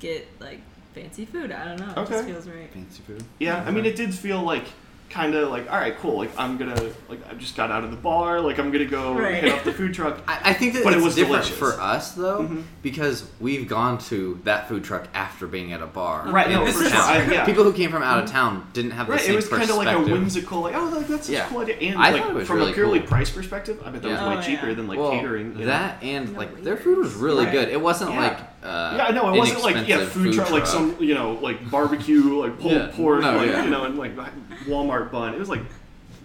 Speaker 4: get like fancy food. I don't know, it just
Speaker 1: Okay.
Speaker 4: feels right.
Speaker 2: Fancy food.
Speaker 1: Yeah, I mean, it did feel like kind of like all right, cool. Like I'm gonna like I just got out of the bar. Like I'm gonna go
Speaker 4: Right.
Speaker 1: hit up the food truck.
Speaker 2: I, I think that
Speaker 1: But it
Speaker 2: it's
Speaker 1: was
Speaker 2: different
Speaker 1: delicious.
Speaker 2: for us though,
Speaker 1: Mhm.
Speaker 2: because we've gone to that food truck after being at a bar.
Speaker 1: Right,
Speaker 2: in
Speaker 1: no,
Speaker 2: this
Speaker 1: for sure.
Speaker 2: town.
Speaker 1: I- yeah. Mm-hmm.
Speaker 2: People who came from out of town didn't have the
Speaker 1: Right,
Speaker 2: same
Speaker 1: it was kind
Speaker 2: perspective.
Speaker 1: of like a whimsical, like oh, like, that's such
Speaker 2: Yeah.
Speaker 1: a cool idea, and
Speaker 2: I thought it
Speaker 1: like
Speaker 2: was
Speaker 1: from
Speaker 2: really
Speaker 1: a purely
Speaker 2: cool.
Speaker 1: price perspective, I bet that
Speaker 4: Yeah.
Speaker 1: was way
Speaker 4: Oh,
Speaker 1: cheaper
Speaker 4: yeah.
Speaker 1: than like
Speaker 2: well,
Speaker 1: catering. you know?
Speaker 2: that and
Speaker 4: No
Speaker 2: like
Speaker 4: way.
Speaker 2: their food was really
Speaker 1: Right.
Speaker 2: good. It wasn't
Speaker 1: Yeah.
Speaker 2: like uh,
Speaker 1: yeah, no, it wasn't like yeah,
Speaker 2: inexpensive
Speaker 1: food, truck, like some you know like barbecue, like pulled
Speaker 2: Yeah,
Speaker 1: pork,
Speaker 2: no,
Speaker 1: like
Speaker 2: yeah.
Speaker 1: you know, and like Walmart bun. It was like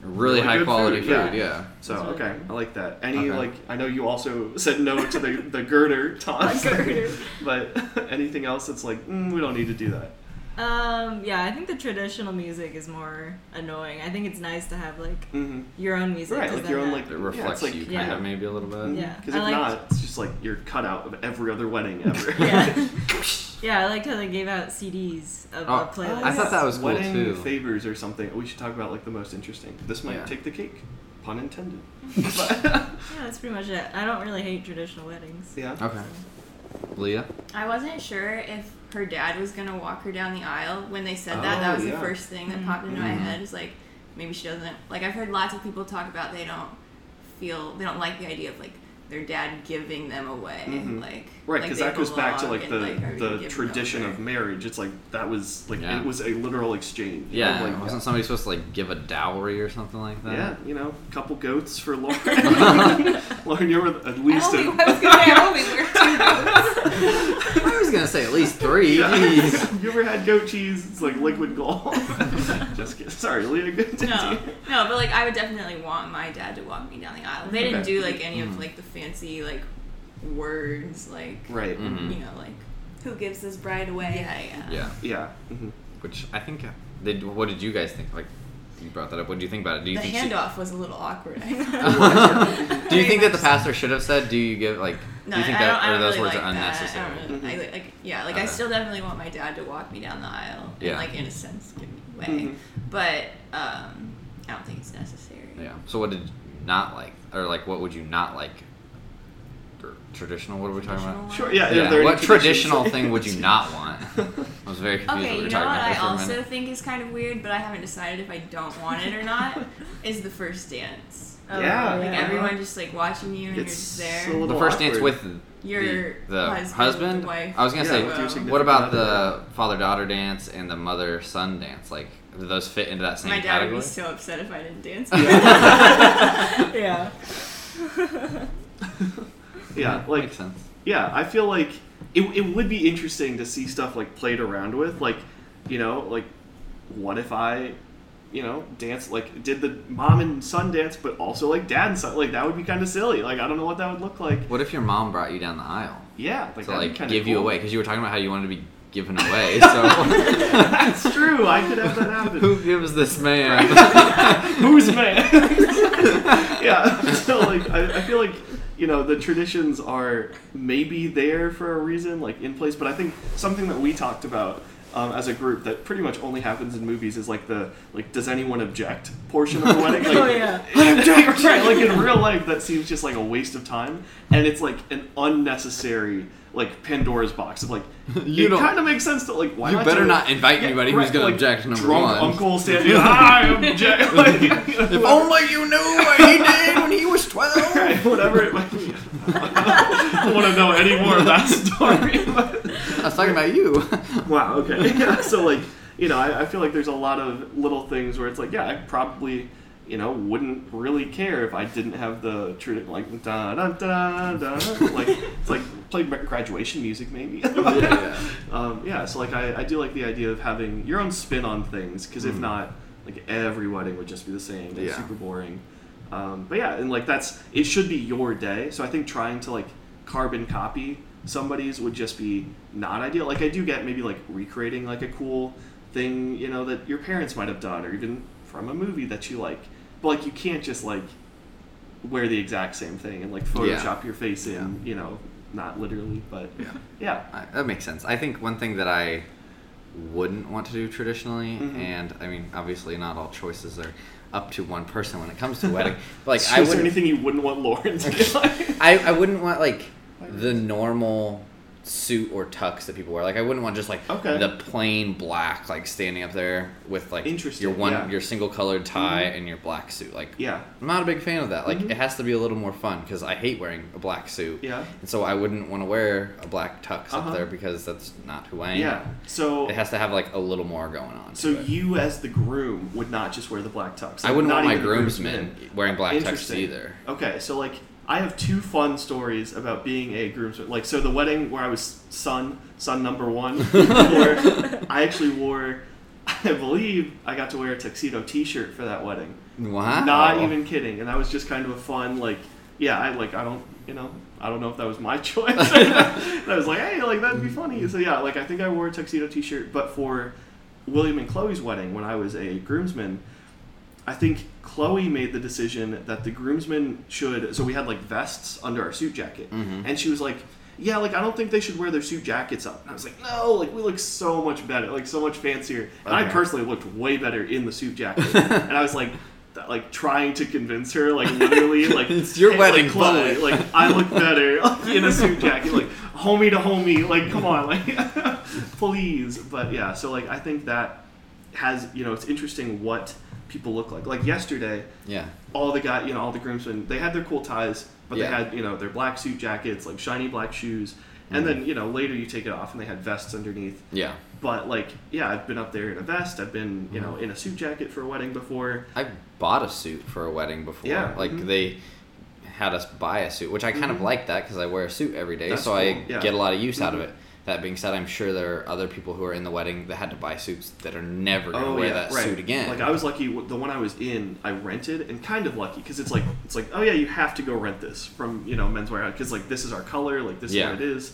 Speaker 2: really,
Speaker 1: really
Speaker 2: high
Speaker 1: good
Speaker 2: quality
Speaker 1: food,
Speaker 2: food.
Speaker 1: yeah.
Speaker 2: Yeah.
Speaker 1: so
Speaker 4: That's really
Speaker 1: okay, I like that. Any
Speaker 2: Okay.
Speaker 1: like I know you also said no to the the girder toss, but anything else that's like mm, we don't need to do that.
Speaker 4: Um, yeah, I think the traditional music is more annoying. I think it's nice to have like
Speaker 1: Mm-hmm.
Speaker 4: your own music.
Speaker 1: Right,
Speaker 4: 'cause
Speaker 1: like
Speaker 4: then
Speaker 1: your own
Speaker 4: that-
Speaker 1: like
Speaker 2: It reflects
Speaker 1: yeah, it's like,
Speaker 2: you kind
Speaker 4: yeah.
Speaker 2: of maybe a little bit.
Speaker 4: Yeah.
Speaker 1: Because
Speaker 4: I
Speaker 1: if
Speaker 4: liked-
Speaker 1: not, it's just like you're cut out of every other wedding ever.
Speaker 4: Yeah. yeah, I liked how they gave out CDs of
Speaker 2: Oh,
Speaker 4: the playlist.
Speaker 2: I thought that was cool,
Speaker 1: wedding
Speaker 2: too.
Speaker 1: favors or something. We should talk about like the most interesting. This might
Speaker 2: Yeah.
Speaker 1: take the cake, pun intended.
Speaker 4: Yeah, that's pretty much it. I don't really hate traditional weddings.
Speaker 1: Yeah.
Speaker 2: Okay. Leah.
Speaker 5: I wasn't sure if her dad was gonna walk her down the aisle when they said
Speaker 1: Oh,
Speaker 5: that. That was
Speaker 1: yeah. Mm-hmm.
Speaker 5: the first thing that
Speaker 3: Mm-hmm.
Speaker 4: Mm.
Speaker 5: popped into my
Speaker 2: Mhm.
Speaker 5: head. Is like maybe she doesn't like. I've heard lots of people talk about they don't feel they don't like the idea of like their dad giving them away.
Speaker 1: Mhm.
Speaker 5: Like
Speaker 1: Right,
Speaker 5: like
Speaker 1: because
Speaker 5: they
Speaker 1: that goes back to
Speaker 5: belong
Speaker 1: like
Speaker 5: and,
Speaker 1: the
Speaker 5: are we gonna give
Speaker 1: the
Speaker 5: them
Speaker 1: tradition
Speaker 5: over?
Speaker 1: of marriage. It's like that was like
Speaker 2: Yeah.
Speaker 1: it was a literal exchange. you
Speaker 2: Yeah,
Speaker 1: know, like,
Speaker 2: wasn't somebody supposed to like give a dowry or something like that?
Speaker 1: yeah, you know, couple goats for Lauren. Lauren, you're with at least
Speaker 5: Ellie,
Speaker 1: a,
Speaker 5: I was
Speaker 2: I was
Speaker 5: gonna say Ellie, we're two goats.
Speaker 2: gonna say at least three.
Speaker 1: Yeah.
Speaker 2: Jeez.
Speaker 1: you ever had goat cheese? It's like liquid gold. Just kidding. Sorry, Leah. Good to
Speaker 5: No,
Speaker 1: you.
Speaker 5: no, but like I would definitely want my dad to walk me down the aisle. They didn't
Speaker 1: Okay. Mm-hmm.
Speaker 5: do like any of
Speaker 2: Mhm.
Speaker 5: like the fancy like words like
Speaker 1: Right. Mm-hmm.
Speaker 2: Mhm.
Speaker 5: you know like
Speaker 3: Who gives his bride away?
Speaker 5: yeah yeah
Speaker 2: Yeah,
Speaker 1: Yeah. hmm
Speaker 2: which I think. uh, Did what did you guys think? Like, you brought that up. What do you think about it? Do you
Speaker 5: The
Speaker 2: think she-
Speaker 5: handoff was a little awkward. I thought.
Speaker 2: do you
Speaker 5: Very
Speaker 2: think that the
Speaker 5: much
Speaker 2: pastor should have said? Do you give like?
Speaker 5: No,
Speaker 2: do you think
Speaker 5: I
Speaker 2: that
Speaker 5: don't, I
Speaker 2: or
Speaker 5: don't
Speaker 2: those
Speaker 5: really
Speaker 2: words
Speaker 5: like
Speaker 2: are
Speaker 5: that.
Speaker 2: unnecessary?
Speaker 5: I don't really, I, like, like, yeah, like I
Speaker 2: Okay.
Speaker 5: still definitely want my dad to walk me down the aisle
Speaker 2: Yeah. Mm-hmm.
Speaker 5: and, like, in a sense, give me away.
Speaker 1: Mhm.
Speaker 5: But um, I don't think it's necessary.
Speaker 2: Yeah. So what did you not like, or like what would you not like? Or Traditional? What are we talking about?
Speaker 1: Sure. Yeah.
Speaker 2: Yeah.
Speaker 1: if there are
Speaker 2: What
Speaker 1: any
Speaker 2: traditional
Speaker 1: traditions.
Speaker 2: thing would you not want? I was very confused. what we
Speaker 5: Okay, you
Speaker 2: were
Speaker 5: know
Speaker 2: talking
Speaker 5: what
Speaker 2: about
Speaker 5: I
Speaker 2: there for a
Speaker 5: also
Speaker 2: minute.
Speaker 5: think is kind of weird, but I haven't decided if I don't want it or not, is the first dance.
Speaker 1: Yeah.
Speaker 5: Like,
Speaker 1: Yeah.
Speaker 5: everyone just, like, watching you and
Speaker 1: It's
Speaker 5: you're just
Speaker 1: so-
Speaker 5: there.
Speaker 2: the
Speaker 1: little
Speaker 2: first dance
Speaker 1: awkward.
Speaker 2: with the-
Speaker 5: Your
Speaker 2: the
Speaker 5: husband,
Speaker 2: husband?
Speaker 5: wife.
Speaker 2: I was gonna
Speaker 1: Yeah,
Speaker 2: say,
Speaker 1: with your significant
Speaker 2: What about
Speaker 1: other.
Speaker 2: the father daughter dance and the mother son dance? Like, do those fit into that same
Speaker 5: My dad
Speaker 2: category?
Speaker 5: would be so upset if I didn't dance.
Speaker 4: yeah.
Speaker 1: Yeah. Like
Speaker 2: makes sense.
Speaker 1: yeah, I feel like it, it would be interesting to see stuff like played around with, like you know, like what if I, you know, dance like did the mom and son dance, but also like dad and son, like that would be kind of silly. Like I don't know what that would look like.
Speaker 2: What if your mom brought you down the aisle
Speaker 1: Yeah, like
Speaker 2: to
Speaker 1: that'd be
Speaker 2: like
Speaker 1: kinda
Speaker 2: give you
Speaker 1: cool.
Speaker 2: away? Because you were talking about how you wanted to be given away. So
Speaker 1: That's true. I could have that happen.
Speaker 2: who gives this man?
Speaker 1: Who's man? yeah. So like, I, I feel like you know the traditions are maybe there for a reason, like in place. But I think something that we talked about. Um, as a group, that pretty much only happens in movies is like the like does anyone object portion of the wedding. Like,
Speaker 4: Oh, yeah.
Speaker 1: I object. right, like in real life, that seems just like a waste of time, and it's like an unnecessary like Pandora's box of like
Speaker 2: You
Speaker 1: it
Speaker 2: don't-
Speaker 1: kind of makes sense to like why
Speaker 2: you
Speaker 1: not
Speaker 2: better
Speaker 1: do it?
Speaker 2: not invite
Speaker 1: Yeah,
Speaker 2: anybody
Speaker 1: right,
Speaker 2: who's gonna
Speaker 1: like,
Speaker 2: object. Number
Speaker 1: drunk
Speaker 2: one.
Speaker 1: uncle standing. I object. Like, you know,
Speaker 2: If only you knew what he did when he was twelve.
Speaker 1: Right, whatever it might be. I don't want to know any more of that story.
Speaker 2: I was talking about you.
Speaker 1: wow, okay. Yeah, so, like, you know, I, I feel like there's a lot of little things where it's like, yeah, I probably, you know, wouldn't really care if I didn't have the true, like, da da da da. Like, it's like played graduation music, maybe. Um, yeah, so, like, I, I do like the idea of having your own spin on things, because if
Speaker 2: Mm.
Speaker 1: not, like, every wedding would just be the same and
Speaker 2: Yeah.
Speaker 1: super boring. Um, but yeah, and like that's it should be your day. So I think trying to like carbon copy somebody's would just be not ideal. Like I do get maybe like recreating like a cool thing, you know, that your parents might have done or even from a movie that you like. But like you can't just like wear the exact same thing and like
Speaker 2: Yeah.
Speaker 1: Photoshop your face in, you know, not literally, but
Speaker 2: Yeah.
Speaker 1: yeah.
Speaker 2: I, that makes sense. I think one thing that I wouldn't want to do traditionally,
Speaker 1: Mhm.
Speaker 2: and I mean, obviously, not all choices are up to one person when it comes to wedding. But like,
Speaker 1: So
Speaker 2: I
Speaker 1: is there
Speaker 2: would,
Speaker 1: anything you wouldn't want Lauren to get like?
Speaker 2: I, I wouldn't want like the normal suit or tux that people wear. Like, I wouldn't want just like
Speaker 1: Okay.
Speaker 2: the plain black, like standing up there with like
Speaker 1: Interesting,
Speaker 2: your one
Speaker 1: yeah. Mm-hmm.
Speaker 2: your single colored tie and your black suit. Like,
Speaker 1: Yeah.
Speaker 2: I'm not a big fan of that. Like,
Speaker 1: Mhm.
Speaker 2: it has to be a little more fun because I hate wearing a black suit.
Speaker 1: Yeah.
Speaker 2: And so I wouldn't want to wear a black tux
Speaker 1: Uh-huh.
Speaker 2: up there because that's not who I am.
Speaker 1: Yeah. So
Speaker 2: It has to have like a little more going on.
Speaker 1: So
Speaker 2: to it.
Speaker 1: you, as the groom, would not just wear the black tux.
Speaker 2: I wouldn't
Speaker 1: Not
Speaker 2: want my
Speaker 1: even the
Speaker 2: groomsmen wearing black tuxes
Speaker 1: Interesting.
Speaker 2: either.
Speaker 1: Okay, so like I have two fun stories about being a groomsman. Like so, the wedding where I was son, son number one, where I actually wore, I believe I got to wear a tuxedo T-shirt for that wedding.
Speaker 2: Wow.
Speaker 1: Not even kidding, and that was just kind of a fun like, yeah, I like I don't you know I don't know if that was my choice. and I was like, hey, like that'd be funny. So yeah, like I think I wore a tuxedo T-shirt, but for William and Chloe's wedding when I was a groomsman, I think Chloe made the decision that the groomsmen should. So we had like vests under our suit jacket,
Speaker 2: Mhm.
Speaker 1: and she was like. Yeah, like I don't think they should wear their suit jackets up. And I was like, no, like we look so much better, like so much fancier. And I
Speaker 2: Okay.
Speaker 1: personally looked way better in the suit jacket. and I was like, th- like trying to convince her, like literally, like
Speaker 2: It's your
Speaker 1: hey,
Speaker 2: wedding,
Speaker 1: like, Chloe,
Speaker 2: bud.
Speaker 1: like I look better like, in a suit jacket, like homie to homie, like come on, like please. But yeah, so like I think that has you know it's interesting what people look like. Like yesterday,
Speaker 2: Yeah.
Speaker 1: all the guy, you know, all the groomsmen, they had their cool ties, but
Speaker 2: Yeah.
Speaker 1: they had you know their black suit jackets, like shiny black shoes, and
Speaker 2: Mhm.
Speaker 1: then you know later you take it off and they had vests underneath.
Speaker 2: Yeah.
Speaker 1: But like yeah, I've been up there in a vest. I've been you know in a suit jacket for a wedding before.
Speaker 2: I bought a suit for a wedding before.
Speaker 1: Yeah,
Speaker 2: Like
Speaker 1: mhm.
Speaker 2: they had us buy a suit, which I kind of
Speaker 1: Mhm.
Speaker 2: like that because I wear a suit every day,
Speaker 1: That's
Speaker 2: so
Speaker 1: cool,
Speaker 2: I
Speaker 1: yeah.
Speaker 2: get a lot of use out of
Speaker 1: Mhm.
Speaker 2: it. That being said, I'm sure there are other people who are in the wedding that had to buy suits that are never going to
Speaker 1: Oh
Speaker 2: wear
Speaker 1: yeah,
Speaker 2: that
Speaker 1: right.
Speaker 2: suit again.
Speaker 1: Like I was lucky. w- The one I was in, I rented, and kind of lucky because it's like it's like oh yeah, you have to go rent this from you know menswear because like this is our color, like this
Speaker 2: Yeah.
Speaker 1: is what it is,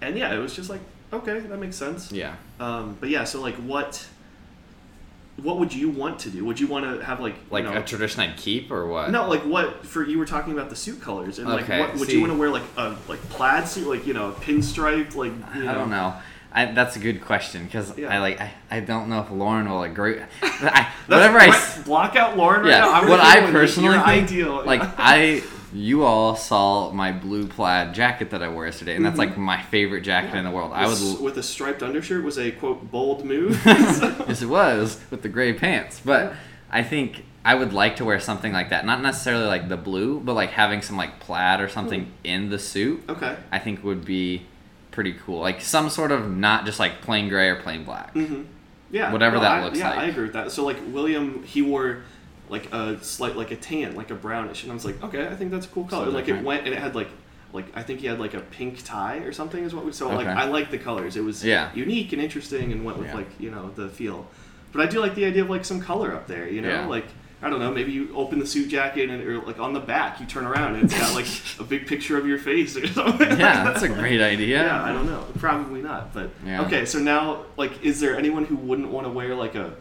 Speaker 1: and yeah, it was just like okay, that makes sense.
Speaker 2: yeah.
Speaker 1: Um, but yeah, so like what what would you want to do? Would you want to have like you
Speaker 2: Like
Speaker 1: know-
Speaker 2: a tradition I'd keep or what?
Speaker 1: no, like what for you were talking about the suit colors and like
Speaker 2: Okay,
Speaker 1: what would
Speaker 2: see.
Speaker 1: you want to wear like a like plaid suit like you know pinstripe like you
Speaker 2: I don't know. I, that's a good question because
Speaker 1: Yeah.
Speaker 2: I like I, I don't know if Lauren will agree. I,
Speaker 1: That's-
Speaker 2: whatever I
Speaker 1: right,
Speaker 2: s-
Speaker 1: block out Lauren right
Speaker 2: yeah,
Speaker 1: now. I'm
Speaker 2: what
Speaker 1: gonna
Speaker 2: I
Speaker 1: go with
Speaker 2: personally
Speaker 1: your
Speaker 2: think,
Speaker 1: ideal.
Speaker 2: like I, you all saw my blue plaid jacket that I wore yesterday, and that's like my favorite jacket in the world. I
Speaker 1: With-
Speaker 2: would,
Speaker 1: Mm-hmm. with a striped undershirt was a quote bold move.
Speaker 2: yes, it was with the gray pants, but I think I would like to wear something like that. Not necessarily like the blue, but like having some like plaid or something
Speaker 1: Mm.
Speaker 2: in the suit.
Speaker 1: okay.
Speaker 2: I think would be pretty cool. Like some sort of not just like plain gray or plain black.
Speaker 1: hmm Yeah.
Speaker 2: Whatever that
Speaker 1: I,
Speaker 2: looks
Speaker 1: yeah,
Speaker 2: like.
Speaker 1: I agree with that. So like William, he wore like a slight like a tan, like a brownish, and I was like, okay, I think that's a cool color.
Speaker 2: Something
Speaker 1: like
Speaker 2: different.
Speaker 1: it went and it had like like I think he had like a pink tie or something is what we so like
Speaker 2: Okay.
Speaker 1: I like the colors. It was
Speaker 2: Yeah.
Speaker 1: unique and interesting and went with
Speaker 2: Yeah.
Speaker 1: like, you know, the feel. But I do like the idea of like some color up there, you know?
Speaker 2: Yeah.
Speaker 1: Like I don't know, maybe you open the suit jacket and or like on the back you turn around and it's got like a big picture of your face or something.
Speaker 2: Yeah, that's a great idea.
Speaker 1: Yeah. I don't know. Probably not, but
Speaker 2: Yeah.
Speaker 1: okay. So now, like, is there anyone who wouldn't want to wear like a